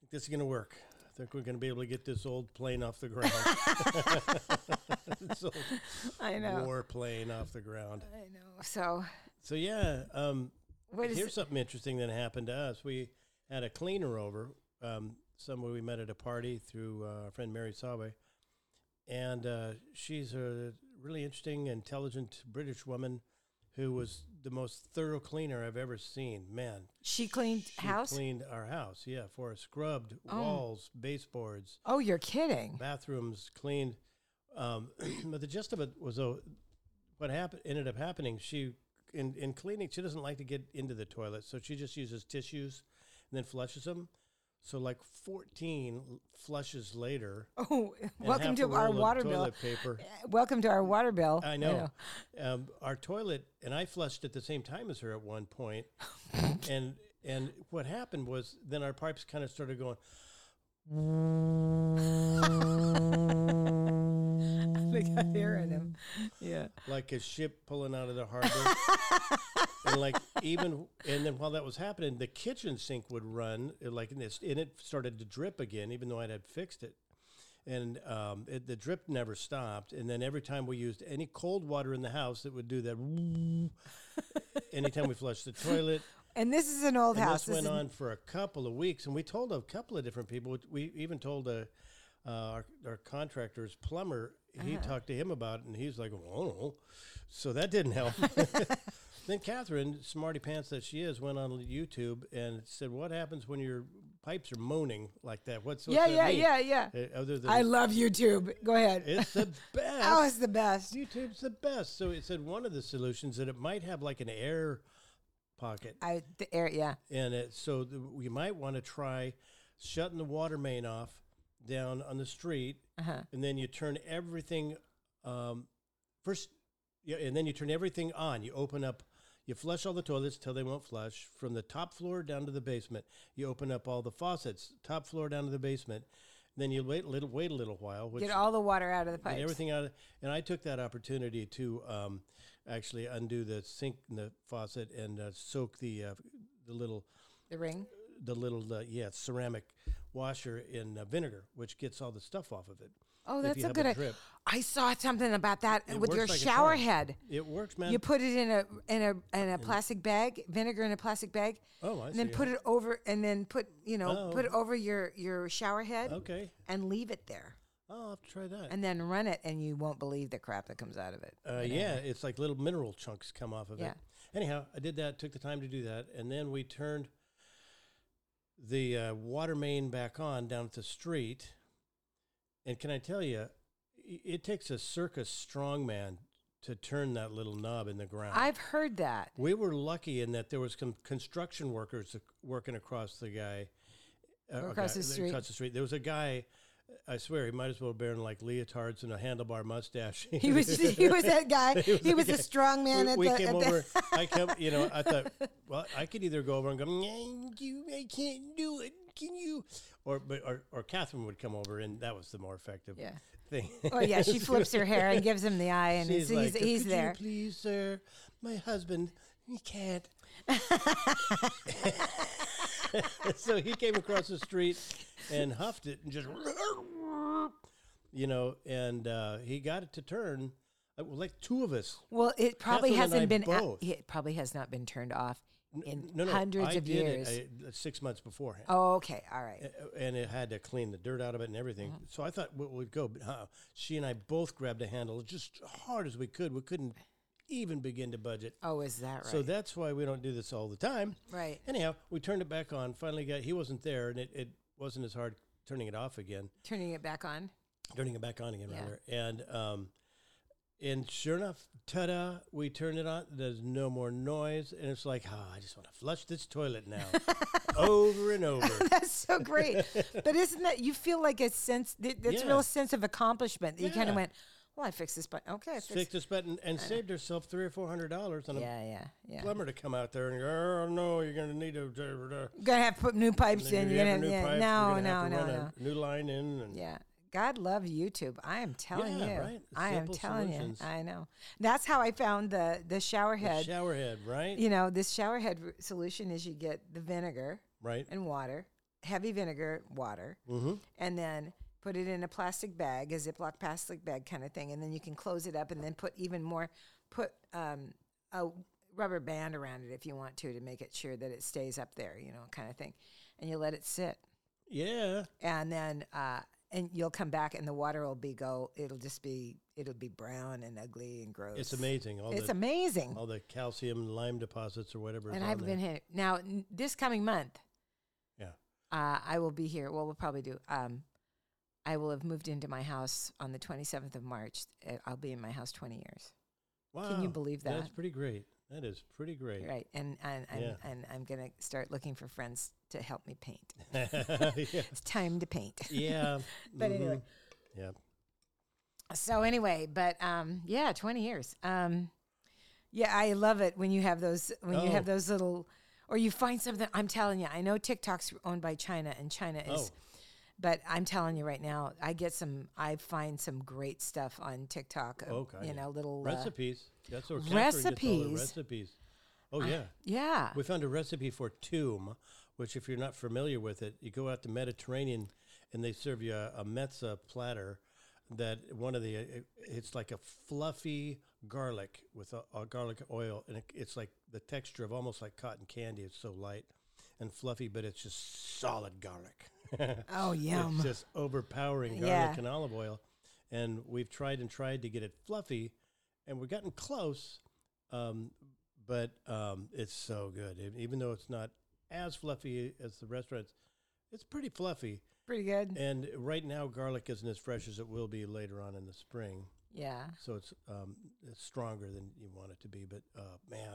C: think this is going to work. I think we're going to be able to get this old plane off the ground. this old
B: I know.
C: war plane off the ground.
B: I know. So
C: So, yeah, um,
B: what is
C: here's something interesting that happened to us. We had a cleaner over, um, somebody we met at a party through uh, our friend Mary Sabe. And uh, she's a really interesting, intelligent British woman who was the most thorough cleaner I've ever seen. Man,
B: she cleaned
C: she
B: house?
C: cleaned our house, yeah, for us. Scrubbed
B: Oh.
C: walls, baseboards,
B: oh, you're kidding.
C: bathrooms, cleaned. Um, but the gist of it was though, what happened ended up happening. She in in cleaning, she doesn't like to get into the toilet, so she just uses tissues and then flushes them. So like fourteen l- flushes later.
B: Oh,
C: and
B: welcome
C: half a
B: to our
C: roll of
B: water bill.
C: toilet paper.
B: Uh, Welcome to our water bill.
C: I know. Um, our toilet, and I flushed at the same time as her at one point, and and what happened was then our pipes kind of started going.
B: They got air in him.
C: Mm.
B: Yeah.
C: like a ship pulling out of the harbor. and like even and then while that was happening, the kitchen sink would run uh, like in this, and it started to drip again, even though I had fixed it. And um, it, the drip never stopped. And then every time we used any cold water in the house, it would do that. anytime we flushed the toilet,
B: And this is an old
C: And
B: house.
C: this went
B: is-
C: on for a couple of weeks, and we told a couple of different people. We even told a, uh, our, our contractor's plumber. He
B: Uh-huh.
C: talked to him about it, and he's like, "Well, I don't know." So that didn't help. then Catherine, smarty pants that she is, went on YouTube and said, "What happens when your pipes are moaning like that? What's, what's
B: yeah,
C: that
B: yeah,
C: mean?"
B: yeah, yeah,
C: Uh, other than
B: I love YouTube. Go ahead.
C: it's the best.
B: oh, it's the best.
C: YouTube's the best. So it said one of the solutions that it might have like an air pocket
B: I the air. Yeah.
C: and it, so the, we might want to try shutting the water main off down on the street,
B: Uh-huh.
C: and then you turn everything um, first, yeah, and then you turn everything on. You open up, you flush all the toilets till they won't flush from the top floor down to the basement. You open up all the faucets, top floor down to the basement. Then you wait a little, wait a little while. Which
B: Get all the water out of the
C: and
B: pipes.
C: everything out. Of, and I took that opportunity to um, actually undo the sink and the faucet and uh, soak the uh, the little
B: The ring.
C: the little uh, yeah ceramic washer in uh, vinegar, which gets all the stuff off of it.
B: Oh,
C: If
B: that's
C: you
B: a
C: have
B: good
C: a
B: idea.
C: drip.
B: I saw something about that
C: It
B: with
C: works
B: your
C: like a
B: shower
C: charm.
B: head.
C: It works, man.
B: You put it in a in a in a plastic bag, vinegar in a plastic bag.
C: Oh, I
B: And then
C: see.
B: put it over, and then put you know
C: Oh.
B: put it over your your shower head,
C: okay,
B: and leave it there,
C: I'll have to try that.
B: and then run it, and you won't believe the crap that comes out of it.
C: uh, yeah, it's like little mineral chunks come off of
B: Yeah.
C: it. Anyhow, I did that. Took the time to do that, and then we turned the uh, water main back on down at the street. And can I tell you, it takes a circus strongman to turn that little knob in the ground.
B: I've heard that.
C: We were lucky in that there was some construction workers ac- working across the guy. uh,
B: Or
C: a
B: across
C: guy-
B: the street.
C: Across the street. There was a guy, I swear, he might as well have been like leotards and a handlebar mustache.
B: He was he was that guy.
C: He was
B: He
C: the
B: was a
C: guy.
B: strong man
C: we,
B: at
C: we
B: the.
C: came
B: at the-
C: over. I kept, you know, I thought, well, I could either go over and go, "Nah, you, I can't do it. Can you? Or, but, or, or Catherine would come over, and that was the more effective
B: Yeah.
C: thing.
B: Oh yeah, she flips her hair and gives him the eye, and
C: She's
B: he's he's,
C: like,
B: he's
C: "Could
B: there.
C: You please, sir, my husband, he can't. so he came across the street and huffed it and just, you know, and uh, he got it to turn. Uh, well, like two of us.
B: Well, it probably
C: Catherine and I
B: hasn't been a-
C: both.
B: it probably has not been turned off in
C: No, no,
B: hundreds
C: I
B: of
C: did
B: years.
C: It, uh, six months beforehand.
B: oh, okay, all right.
C: Uh, and it had to clean the dirt out of it and everything.
B: Uh-huh.
C: So I thought we would go. But uh, she and I both grabbed a handle just hard as we could. We couldn't even begin to budget.
B: Oh, is that right?
C: So that's why we don't do this all the time.
B: right.
C: Anyhow, we turned it back on. Finally, got he wasn't there, and it, it wasn't as hard turning it off again,
B: Turning it back on.
C: turning it back on again
B: Yeah.
C: rather. And um, and sure enough, ta-da! We turned it on. There's no more noise, and it's like, oh, I just want to flush this toilet now, over and over.
B: That's so great. but isn't that you feel like a sense? Th- that's
C: Yeah.
B: a real sense of accomplishment. That You kind
C: Yeah.
B: of went, well, I fixed this, but okay, I fixed.
C: Fixed this button and saved herself three or four hundred dollars on
B: Yeah, yeah,
C: a
B: yeah.
C: plumber to come out there and go, oh no, you're gonna need a.
B: Gonna have to put new pipes in.
C: And you
B: You're gonna,
C: have a new
B: yeah,
C: pipes,
B: no,
C: we're gonna
B: no,
C: have to
B: no,
C: run
B: no.
C: a New line in and
B: Yeah. God love YouTube. I am telling
C: Yeah,
B: you.
C: right?
B: I am
C: Simple
B: telling
C: solutions.
B: you. I know. That's how I found the the shower
C: showerhead,
B: head.
C: shower head, right?
B: you know, this shower head r- solution is you get the vinegar
C: Right.
B: and water, heavy vinegar, water,
C: Mm-hmm.
B: and then put it in a plastic bag, a Ziploc plastic bag kind of thing, and then you can close it up and then put even more, put um, a rubber band around it if you want to to make it sure that it stays up there, you know, kind of thing, and you let it sit
C: Yeah.
B: and then uh, and you'll come back and the water will be go it'll just be it'll be brown and ugly and gross
C: It's amazing. All
B: it's
C: the
B: amazing
C: all the calcium and lime deposits or whatever. is
B: and
C: on
B: i've
C: there.
B: been here now n- this coming month
C: Yeah.
B: uh, i will be here well we'll probably do um, i will have moved into my house on the 27th of march Uh, i'll be in my house 20 years
C: Wow.
B: you believe
C: That's
B: that?
C: pretty great. That is pretty great.
B: right and and, and,
C: Yeah.
B: and i'm gonna start looking for friends to help me paint
C: yeah.
B: it's time to paint
C: Yeah.
B: But anyway.
C: mhm. Yeah.
B: so anyway but um yeah 20 years um yeah i love it when you have those when you have
C: Oh.
B: those little or you find something i'm telling you i know tiktok's owned by china and china is
C: Oh.
B: but i'm telling you right now i get some i find some great stuff on tiktok of,
C: Okay.
B: you know little uh,
C: recipes. That's what Catherine gets all the
B: recipes.
C: recipes. Oh yeah.
B: yeah
C: we found a recipe for tomb, which if you're not familiar with it, you go out to Mediterranean and they serve you a, a mezza platter that one of the it, it's like a fluffy garlic with a, a garlic oil, and it, it's like the texture of almost like cotton candy. It's so light and fluffy, but it's just solid garlic.
B: Oh, yum.
C: It's just overpowering garlic
B: Yeah.
C: and olive oil. And we've tried and tried to get it fluffy, and we've gotten close, um, but um, it's so good. E- even though it's not as fluffy as the restaurants, it's pretty fluffy.
B: Pretty good.
C: And right now, garlic isn't as fresh as it will be later on in the spring,
B: Yeah.
C: so it's, um, it's stronger than you want it to be. But uh, man,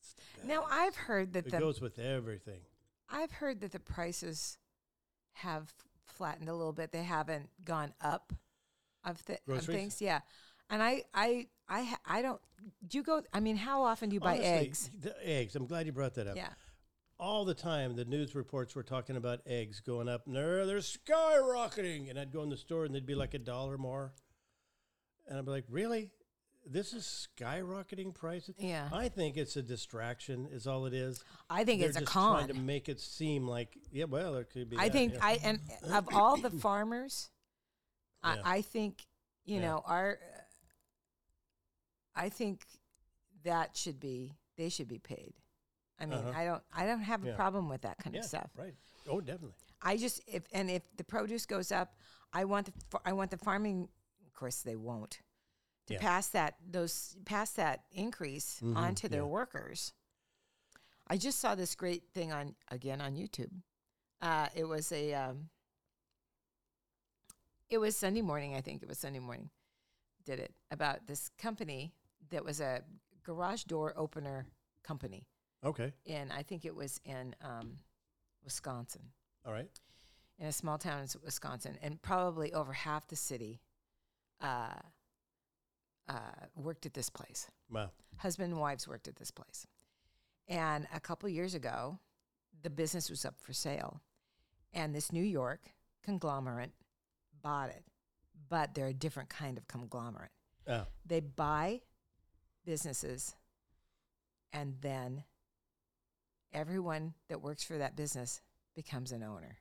C: it's the best.
B: Now I've heard that
C: it
B: the
C: goes with everything.
B: I've heard that the prices have flattened a little bit. They haven't gone up of, th- of
C: Groceries?
B: things. Yeah, and I, I, I, ha- I don't. Do you go? I mean, how often do you buy
C: Honestly,
B: eggs?
C: The eggs. I'm glad you brought that up.
B: Yeah.
C: all the time the news reports were talking about eggs going up and they're, they're skyrocketing and i'd go in the store and they'd be like a dollar more and i'd be like really this is skyrocketing prices
B: Yeah.
C: i think it's a distraction is all it is
B: I think
C: they're
B: it's a
C: just
B: con.
C: trying to make it seem like yeah well there could be
B: I
C: that,
B: think
C: yeah.
B: I and of all the farmers,
C: Yeah.
B: I, I think you
C: Yeah.
B: know our. I think that should be they should be paid. I mean,
C: Uh-huh.
B: I don't I don't have a
C: Yeah.
B: problem with that kind
C: yeah
B: of stuff.
C: right oh definitely
B: I just if and if the produce goes up, I want the fa- I want the farming. Of course, they won't to
C: Yeah.
B: pass that those pass that increase
C: Mhm,
B: on to their
C: yeah.
B: workers. I just saw this great thing on again on YouTube. Uh, it was a um, it was Sunday morning. I think it was Sunday morning. Did it about this company that was a garage door opener company,
C: okay
B: and I think it was in um, Wisconsin
C: all right
B: in a small town in S- Wisconsin, and probably over half the city uh, uh, worked at this place.
C: wow
B: Husband and wives worked at this place. And a couple years ago, the business was up for sale, and this New York conglomerate bought it, but they're a different kind of conglomerate.
C: oh
B: They buy businesses, and then everyone that works for that business becomes an owner.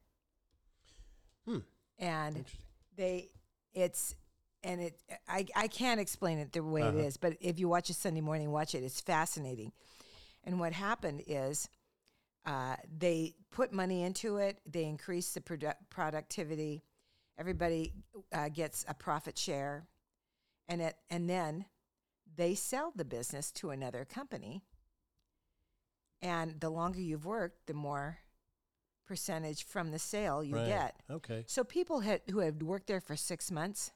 C: hmm
B: And
C: interesting
B: they it's and it I, I can't explain it the way it
C: Uh-huh.
B: is but if you watch it sunday morning watch it it's fascinating and what happened is uh, they put money into it they increase the produ- productivity everybody uh, gets a profit share and it and then they sell the business to another company and the longer you've worked the more percentage from the sale you
C: right.
B: get
C: okay
B: so people had, who had worked there for six months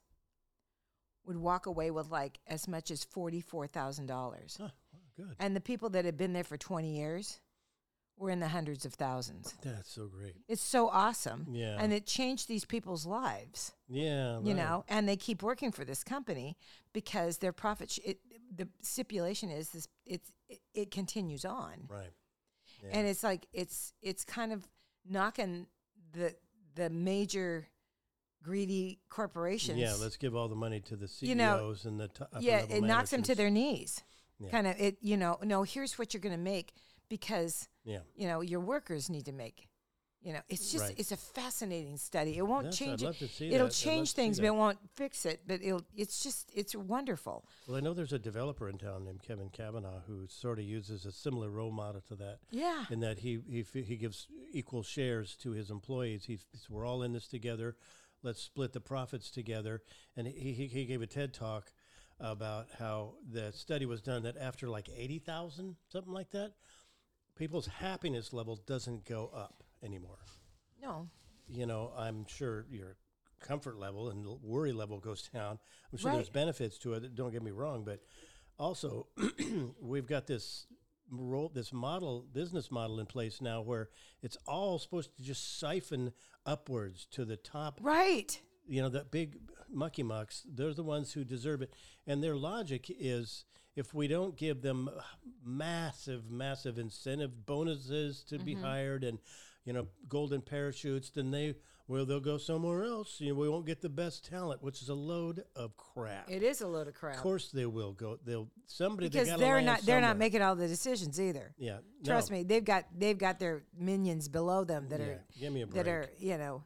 B: would walk away with like as much as forty-four thousand dollars,
C: Huh, well, good
B: and the people that had been there for twenty years were in the hundreds of thousands.
C: that's so great
B: It's so awesome,
C: Yeah.
B: and it changed these people's lives,
C: yeah
B: you
C: right.
B: know. And they keep working for this company because their profit. Sh- it, the stipulation is this: it's it, it continues on,
C: right Yeah.
B: and it's like it's it's kind of knocking the the major greedy corporations
C: Yeah, let's give all the money to the CEOs
B: You know,
C: and the top
B: yeah, it knocks them to their knees.
C: Yeah.
B: Kind of it, you know. No, here's what you're going to make because
C: yeah.
B: you know your workers need to make. You know, it's just
C: Right.
B: it's a fascinating study. It won't
C: Yes, I'd
B: change. it.
C: love to see
B: will
C: that. I'd love
B: change
C: to see
B: things, but
C: that.
B: it won't fix it. But it'll. It's just it's wonderful.
C: Well, I know there's a developer in town named Kevin Kavanaugh who sort of uses a similar role model to that,
B: Yeah.
C: in that he he f- he gives equal shares to his employees. He f- we're all in this together. Let's split the profits together. And he he, he gave a TED talk about how the study was done that after like eighty thousand something like that, people's happiness level doesn't go up anymore.
B: No.
C: you know, I'm sure your comfort level and l- worry level goes down. I'm sure there's
B: Right.
C: benefits to it. Don't get me wrong, but also we've got this role, this model, business model in place now where it's all supposed to just siphon upwards to the top.
B: Right.
C: You know, that big mucky mucks. They're the ones who deserve it, and their logic is. If we don't give them massive, massive incentive bonuses to
B: Mm-hmm.
C: be hired and you know, golden parachutes, then they well they'll go somewhere else. You know, we won't get the best talent, which is a load of crap.
B: It is a load of crap
C: Of course they will go. They'll somebody
B: because
C: they gotta
B: they're
C: land
B: not they're not
C: somewhere.
B: making all the decisions either.
C: Yeah,
B: Trust
C: no.
B: me, they've got they've got their minions below them that
C: Yeah,
B: are
C: give me a
B: that
C: break.
B: are you know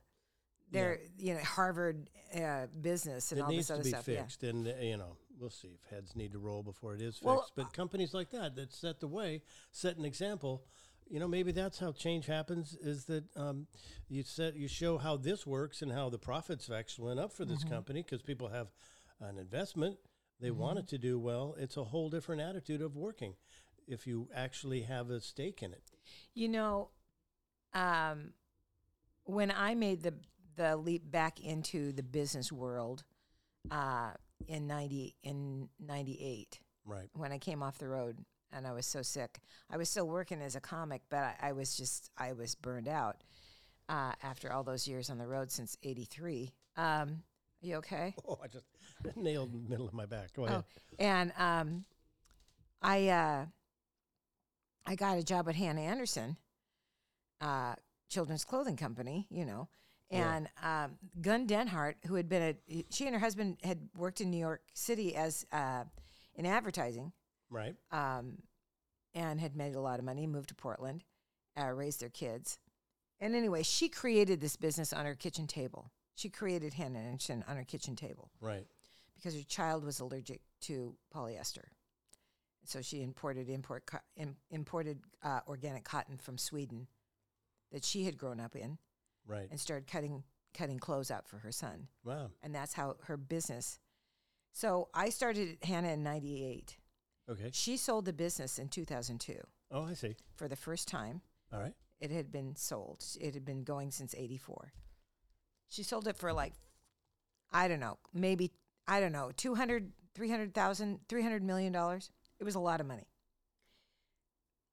B: They're you know Harvard uh, business and
C: It
B: all
C: needs
B: this
C: to
B: other
C: be
B: stuff. Yeah.
C: fixed, and uh, you know we'll see if heads need to roll before it is fixed.
B: Well,
C: but companies like that that set the way, set an example. You know, maybe that's how change happens: is that um, you set you show how this works and how the profits actually went up for this
B: Mm-hmm.
C: company because people have an investment, they want it to do well. It's a whole different attitude of working if you actually have a stake in it.
B: You know, um, when I made the the leap back into the business world uh, in ninety in ninety eight,
C: Right.
B: when I came off the road and I was so sick. I was still working as a comic, but I, I was just I was burned out uh, after all those years on the road since '83. Um, you okay?
C: Oh, I just nailed the middle of my back. Go ahead.
B: Oh, and um, I uh, I got a job at Hannah Anderson, uh, children's clothing company, you know.
C: Yeah.
B: And um, Gun Denhart, who had been a she and her husband had worked in New York City as uh, in advertising,
C: Right.
B: um, and had made a lot of money, moved to Portland, uh, raised their kids. And anyway, she created this business on her kitchen table. She created Hannah and Shin on her kitchen table
C: Right.
B: because her child was allergic to polyester. So she imported import co- im- imported uh, organic cotton from Sweden that she had grown up in
C: Right.
B: and started cutting cutting clothes out for her son.
C: Wow.
B: And that's how her business. So I started at Hannah in 98.
C: Okay.
B: She sold the business in 2002
C: Oh, I see.
B: for the first time.
C: All right.
B: It had been sold. It had been going since 84. She sold it for like, I don't know, maybe, I don't know, 200, 300,000, $300 million. dollars. It was a lot of money.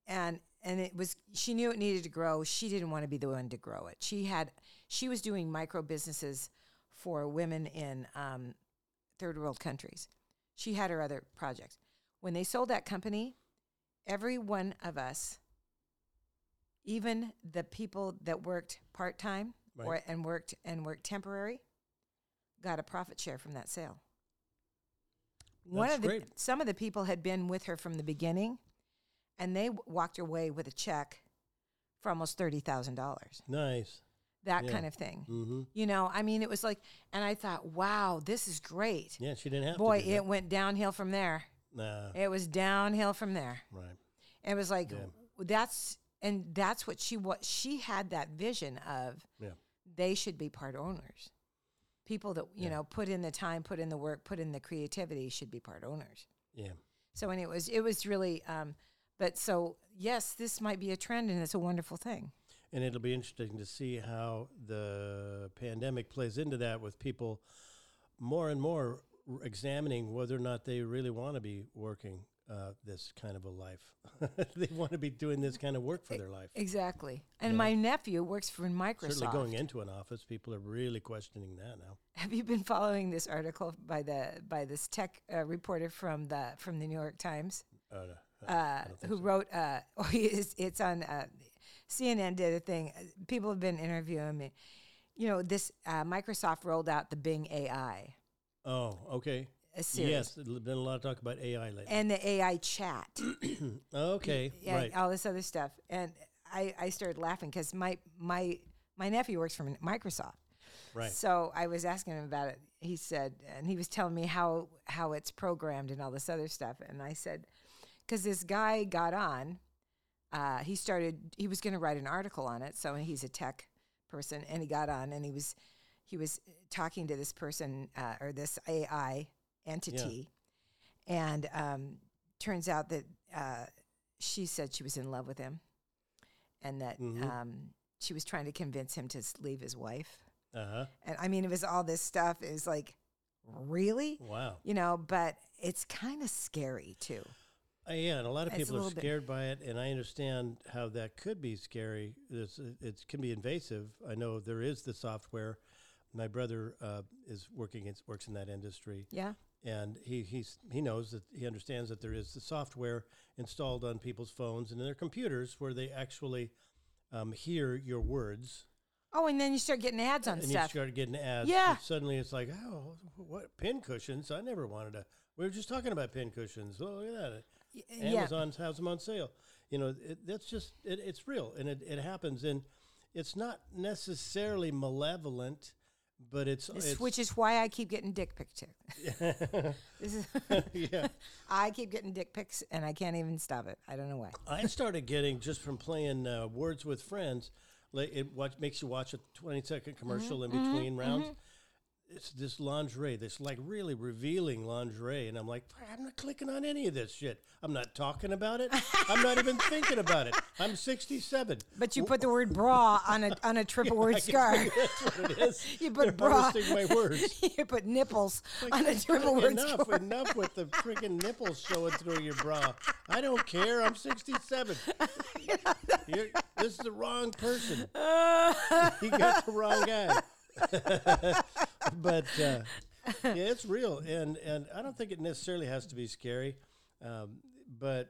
B: And, and it was, she knew it needed to grow. She didn't want to be the one to grow it. She had, she was doing micro businesses for women in um, third world countries. She had her other projects. When they sold that company, every one of us, even the people that worked part time or
C: Right.
B: and worked and worked temporary, got a profit share from that sale. One
C: That's
B: of the
C: great.
B: some of the people had been with her from the beginning, and they w- walked away with a check for almost thirty thousand dollars.
C: Nice.
B: That
C: Yeah.
B: kind of thing.
C: Mm-hmm.
B: You know, I mean, it was like, and I thought, wow, this is great.
C: Yeah, she didn't have
B: Boy,
C: to. do
B: it went downhill from there.
C: that. Nah.
B: It was downhill from there.
C: Right.
B: And it was like
C: Yeah.
B: that's and that's what she what she had that vision of
C: Yeah.
B: they should be part owners. People that you
C: Yeah.
B: know put in the time, put in the work, put in the creativity should be part owners.
C: Yeah.
B: So and it was it was really um but so yes, this might be a trend and it's a wonderful thing.
C: And it'll be interesting to see how the pandemic plays into that with people more and more r- examining whether or not they really want to be working uh, this kind of a life. they want to be doing this kind of work
B: E-,
C: for their life.
B: Exactly. And
C: Yeah.
B: my nephew works for Microsoft.
C: Certainly going into an office, people are really questioning that now.
B: Have you been following this article by the by this tech uh, reporter from the from the New York Times?
C: Uh, uh,
B: uh,
C: don't think
B: who wrote uh, oh, he is, it's on uh, CNN did a thing. Uh, People have been interviewing me. You know, this uh, Microsoft rolled out the Bing AI
C: oh, okay.
B: a series
C: Yes, there's been a lot of talk about AI lately.
B: and the AI chat,
C: okay,
B: yeah,
C: right.
B: all this other stuff. And I, I started laughing because my my my nephew works for Microsoft,
C: Right.
B: So I was asking him about it. He said, and he was telling me how how it's programmed and all this other stuff. And I said, because this guy got on, uh, he started. He was going to write an article on it. So he's a tech person, and he got on, and he was he was talking to this person uh, or this AI entity, and um, turns out that uh, she said she was in love with him, and that
C: Mhm.
B: um, she was trying to convince him to s- leave his wife.
C: Uh huh.
B: And I mean, it was all this stuff is like, really?
C: Wow.
B: You know, but it's kind of scary too.
C: Uh, yeah, and a lot of
B: It's a
C: people are
B: little bit-
C: scared by it, and I understand how that could be scary. It's, it can be invasive. I know there is the software. My brother uh, is working in, works in that industry,
B: Yeah.
C: and he he's, he knows that he understands that there is the software installed on people's phones and in their computers where they actually um, hear your words,
B: Oh, and then you start getting ads on
C: and you
B: stuff.
C: start getting ads.
B: Yeah.
C: and suddenly it's like, oh, what pin cushions? I never wanted to. We were just talking about pin cushions. Oh, look at that.
B: Y- yeah.
C: Amazon has them on sale. You know, it, that's just it, it's real and it, it happens, and it's not necessarily malevolent. but it's,
B: This-
C: it's
B: which is why I keep getting dick pic pics. this is
C: yeah.
B: I keep getting dick pics and I can't even stop it. I don't know why.
C: I started getting just from playing uh, Words with Friends. Like it watch, makes you watch a twenty second
B: Mm-hmm,
C: commercial in between rounds. It's this lingerie, this like really revealing lingerie, and I'm like, I'm not clicking on any of this shit. I'm not talking about it. I'm not even thinking about it. I'm 67.
B: But you put the word bra on a on a triple word scar.
C: That's what it is.
B: You put
C: They're
B: bra.
C: harvesting my words.
B: you put nipples on a triple word
C: enough,
B: scar.
C: enough with the freaking nipples showing through your bra. I don't care. I'm 67. You're, this is the wrong person. he got the wrong guy. but uh, yeah, it's real, and and I don't think it necessarily has to be scary, um, but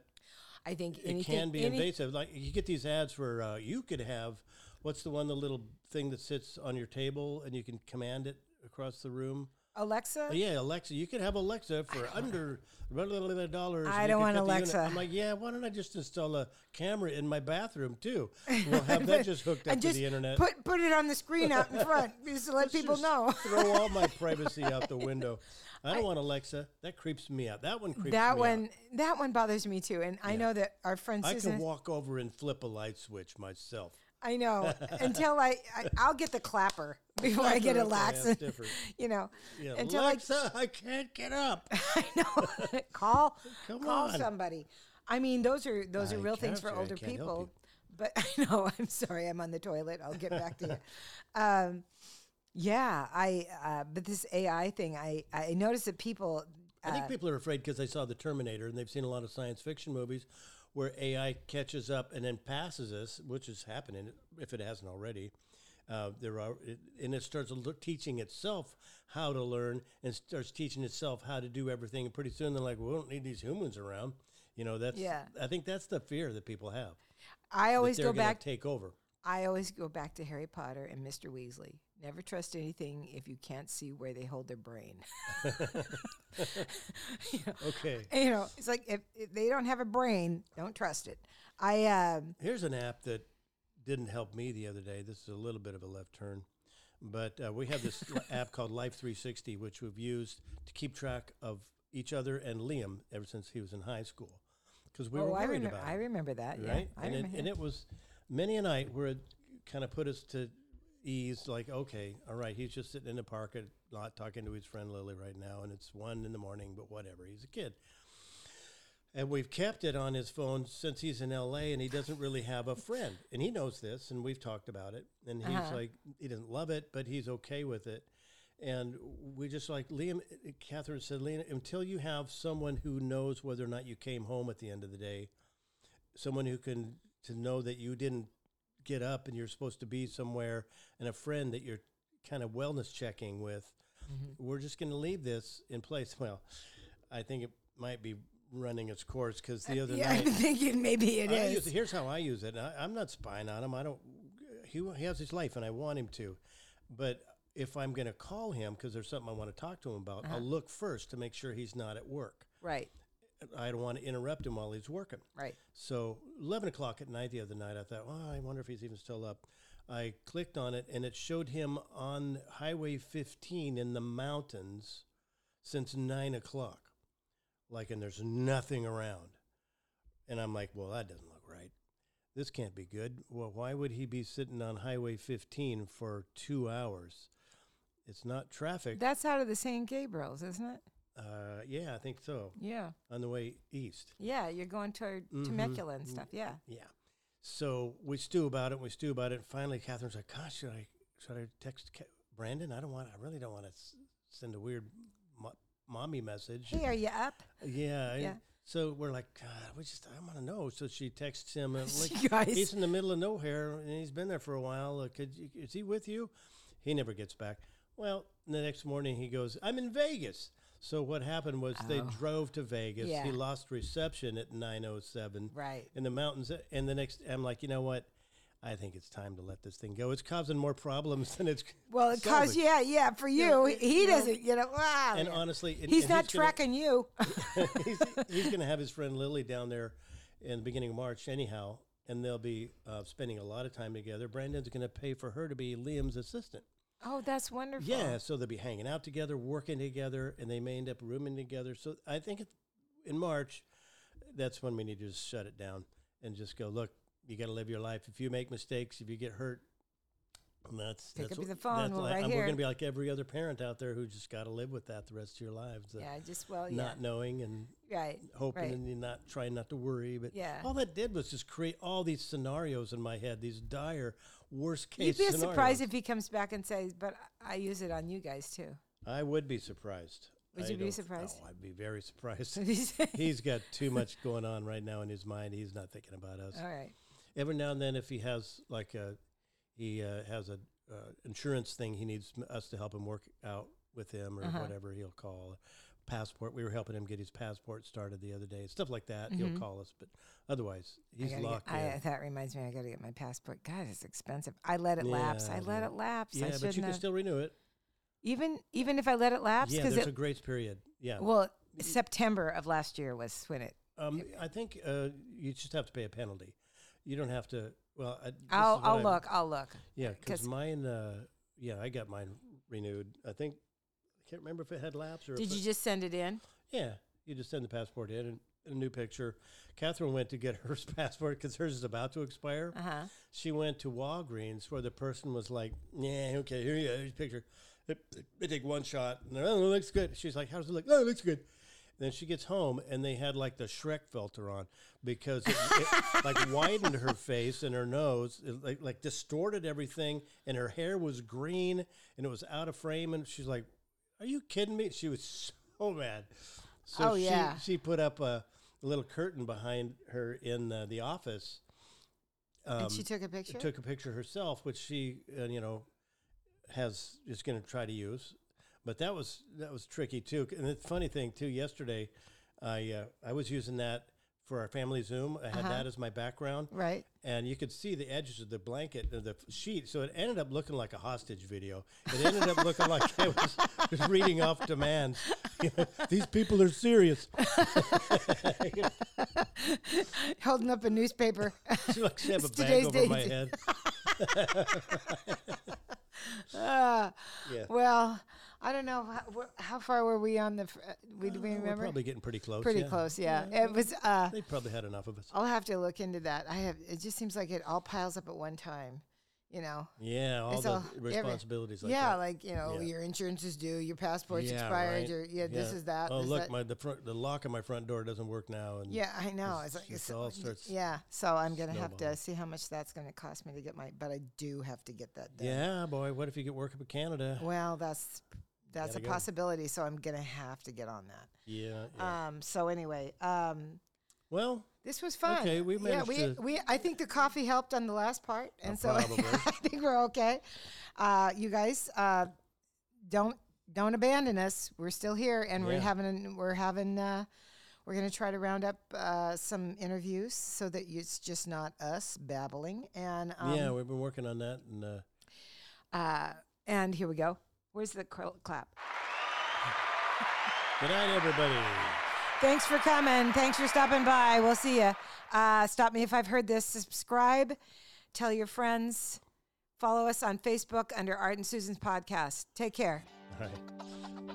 B: I think
C: it
B: anything,
C: can be
B: any-
C: invasive. Like you get these ads where uh, you could have what's the one the little thing that sits on your table and you can command it across the room.
B: Alexa.
C: Oh, yeah, Alexa. You could have Alexa for under blah, blah, blah, blah, dollars. and
B: I
C: you
B: don't
C: could
B: want
C: cut the unit.
B: Alexa.
C: I'm like, yeah. Why don't I just install a camera in my bathroom too? We'll have that just hooked up
B: and just
C: to the internet.
B: put put it on the screen out in front just to let
C: Let's
B: people
C: just
B: know.
C: throw all my privacy out the window. I don't want Alexa. That creeps me out. That one creeps
B: That
C: me
B: one
C: out.
B: that one bothers me too, and I know that our friend
C: I
B: Susan.
C: can walk over and flip a light switch myself.
B: I know until I, I I'll get the clapper before I get a
C: Clapper, okay,
B: laxin.
C: that's different.
B: you know,
C: Yeah,
B: until I
C: Alexa, I can't get up.
B: I know. call
C: Come
B: call
C: on.
B: somebody. I mean, those are those
C: I
B: are real things
C: can't
B: for
C: say I
B: older
C: can't help
B: people. But I know I'm sorry. I'm on the toilet. I'll get back to you. Um, yeah, I. Uh, but this AI thing, I I noticed that people. uh,
C: I think people are afraid because they saw the Terminator and they've seen a lot of science fiction movies where AI catches up and then passes us, which is happening if it hasn't already. Uh, there are, it, and it starts lo- teaching itself how to learn and starts teaching itself how to do everything. And pretty soon they're like, "We don't need these humans around." You know, that's.
B: Yeah.
C: I think that's the fear that people have.
B: I
C: that
B: always
C: they're
B: go
C: gonna
B: back.
C: Take over.
B: I always go back to Harry Potter and Mr. Weasley. Never trust anything if you can't see where they hold their brain. You know,
C: Okay.
B: you know, it's like if, if they don't have a brain, don't trust it. I um,
C: Here's an app that didn't help me the other day. This is a little bit of a left turn, but uh, we have this li- app called Life 360, which we've used to keep track of each other and Liam ever since he was in high school, because we were
B: oh, I
C: worried
B: remember.
C: about
B: I
C: him,
B: remember that.
C: right?
B: Yeah, I
C: and,
B: remember.
C: it, and it was many a night where it kind of put us to ease. Like, okay, all right, he's just sitting in the park at lot talking to his friend Lily right now, and it's one in the morning, but whatever. He's a kid. And we've kept it on his phone since he's in LA and he doesn't really have a friend. And he knows this and we've talked about it. And he's
B: Uh-huh.
C: like, he doesn't love it, but he's okay with it. And we just like, Liam, Catherine said, Liam, until you have someone who knows whether or not you came home at the end of the day, someone who can to know that you didn't get up and you're supposed to be somewhere and a friend that you're kind of wellness checking with
B: Mm-hmm.
C: we're just going to leave this in place well i think it might be running its course because the other
B: Uh, yeah,
C: night
B: I'm thinking maybe it
C: I
B: is.
C: use it- here's how I use it. and I, I'm not spying on him. I don't. He, he has his life, and I want him to. But if I'm going to call him because there's something I want to talk to him about,
B: Uh-huh.
C: I'll look first to make sure he's not at work.
B: Right,
C: I don't want to interrupt him while he's working.
B: right.
C: So eleven o'clock at night the other night, I thought, oh, I wonder if he's even still up. I clicked on it, and it showed him on Highway 15 in the mountains since nine o'clock, like, and there's nothing around. And I'm like, well, that doesn't look right. This can't be good. Well, why would he be sitting on Highway 15 for two hours? It's not traffic.
B: That's out of the San Gabriel's, isn't it?
C: uh, yeah, I think so.
B: Yeah,
C: On the way east.
B: yeah. You're going toward
C: Mhm.
B: Temecula and stuff. Yeah.
C: Yeah. So we stew about it. We stew about it. And finally, Catherine's like, "Gosh, should I should I text Ca- Brandon? I don't want. I really don't want to s- send a weird mo- mommy message."
B: Hey, are you up?
C: Yeah. I-
B: Yeah.
C: So we're like, God, we just I want to know. So she texts him. uh, like,
B: You guys.
C: he's in the middle of nowhere and he's been there for a while. Uh, could you, is he with you? He never gets back. Well, the next morning he goes, I'm in Vegas. So what happened was they
B: Oh.
C: drove to Vegas.
B: Yeah.
C: He lost reception at 907
B: Right.
C: in the mountains. And the next, I'm like, you know what? I think it's time to let this thing go. It's causing more problems than it's.
B: Well, it caused
C: solving.
B: yeah, yeah. For you,
C: it-
B: he
C: you know,
B: doesn't. You know, wow.
C: And
B: yeah.
C: honestly, and-
B: he's
C: and
B: not
C: gonna-
B: tracking you.
C: he's he's going to have his friend Lily down there in the beginning of March, anyhow, and they'll be uh, spending a lot of time together. Brandon's going to pay for her to be Liam's assistant.
B: Oh, that's wonderful.
C: Yeah, so they'll be hanging out together, working together, and they may end up rooming together. So I think it- in March, that's when we need to just shut it down and just go, look, you got to live your life. If you make mistakes, if you get hurt, that's
B: Pick
C: that's
B: up
C: wh-
B: the phone,
C: That's
B: we're
C: why-
B: right
C: and we're
B: here.
C: going to be like every other parent out there who just got to live with that the rest of your lives. the
B: Yeah, just well, yeah,
C: Not knowing and
B: right,
C: hoping
B: right.
C: and you not trying not to worry, but
B: Yeah.
C: all that did was just create all these scenarios in my head, these dire worst case.
B: You'd be
C: scenarios.
B: surprised if he comes back and says, "But I I use it on you guys too."
C: I would be surprised.
B: Would
C: I
B: you be
C: don't-
B: surprised?
C: Oh, I'd be very surprised.
B: All
C: He's got too much going on right now in his mind. He's not thinking about us.
B: right.
C: Every now and then, if he has like a, he uh, has a uh, insurance thing, he needs m- us to help him work out with him or
B: Uh-huh.
C: whatever. He'll call passport. We were helping him get his passport started the other day. Stuff like that. He'll
B: Mhm.
C: call us, but otherwise,
B: I
C: he's
B: gotta get-
C: locked
B: I-
C: in.
B: that reminds me, I got to get my passport. God, it's expensive. I let it lapse. I
C: Yeah,
B: let
C: yeah.
B: it lapse. I
C: Yeah,
B: shouldn't
C: but you can
B: have.
C: still renew it.
B: even even if I let it lapse,
C: Yeah,
B: because
C: there's
B: it
C: a grace period. Yeah.
B: well, September of last year was when it.
C: Um, I think uh, you just have to pay a penalty. You don't have to. Well, I, this is
B: I'll
C: what
B: I'll
C: I-
B: look. I'll look.
C: Yeah,
B: 'cause-
C: because mine. Uh, yeah, I got mine renewed. I think I can't remember if it had lapse or.
B: Did
C: if
B: you
C: It,
B: just send it in?
C: yeah, you just send the passport in and, and a new picture. Catherine went to get her passport because hers is about to expire.
B: Uh huh.
C: She went to Walgreens where the person was like, "Yeah, okay, here you go, here's your picture." They, they take one shot and they're, "Oh, it looks good." She's like, "How does it look?" "Oh, it looks good." Then she gets home and they had like the Shrek filter on because it, it like widened her face and her nose, it, like like distorted everything, and her hair was green and it was out of frame. And she's like, "Are you kidding me?" She was so mad. So
B: Oh,
C: she,
B: yeah.
C: she put up a, little curtain behind her in uh, the office. um,
B: and she took a picture.
C: Took a picture herself, which she, uh, you know, has is going to try to use. But that was that was tricky too. And the funny thing too, yesterday, I uh, I was using that for our family Zoom. I had
B: Uh-huh.
C: that as my background,
B: right.
C: and you could see the edges of the blanket of the f- sheet. So it ended up looking like a hostage video. It ended up looking like I was just reading off demands. You know, These people are serious.
B: Holding up a newspaper.
C: She like she have a
B: It's
C: bag over
B: today's
C: my
B: date.
C: head.
B: Ah.
C: Yeah.
B: Well, I don't know how, wh- how far were we on the. Fr- uh, we, do we
C: Uh, we're
B: remember?
C: probably getting pretty close.
B: Pretty
C: yeah.
B: close. Yeah. It was. Uh,
C: They probably had enough of us.
B: I'll have to look into that. I have. It just seems like it all piles up at one time. You know.
C: Yeah, all
B: It's
C: the
B: all- every-
C: responsibilities. like
B: yeah,
C: that.
B: like you know,
C: Yeah.
B: your insurance is due, your passport's
C: Yeah,
B: expired,
C: right.
B: your yeah, this is that.
C: Oh,
B: this
C: look,
B: that.
C: my the front the lock on my front door doesn't work now, and
B: yeah, I know.
C: it's
B: It's like
C: just
B: it's,
C: all starts
B: yeah. So I'm gonna have to
C: snowballing.
B: see how much that's gonna cost me to get my. But I do have to get that done.
C: yeah, boy, what if you get work up in Canada?
B: Well, that's that's a
C: Gotta go.
B: possibility. So I'm gonna have to get on that.
C: Yeah. yeah.
B: Um. So anyway. Um.
C: well,
B: This was fun.
C: Okay, we
B: yeah,
C: managed
B: we,
C: to-
B: we I think the coffee helped on the last part, and so I
C: probably.
B: think we're okay. Uh, you guys, uh, don't don't abandon us. We're still here, and we're
C: Yeah.
B: having we're having uh, we're going to try to round up uh, some interviews so that it's just not us babbling. And um,
C: yeah, we've been working on that, and uh,
B: uh, and here we go. Where's the cl- clap?
C: good night, everybody.
B: Thanks for coming. Thanks for stopping by. We'll see you. Uh, stop me if I've heard this. Subscribe. Tell your friends. Follow us on Facebook under Art and Susan's podcast. Take care.
C: All right.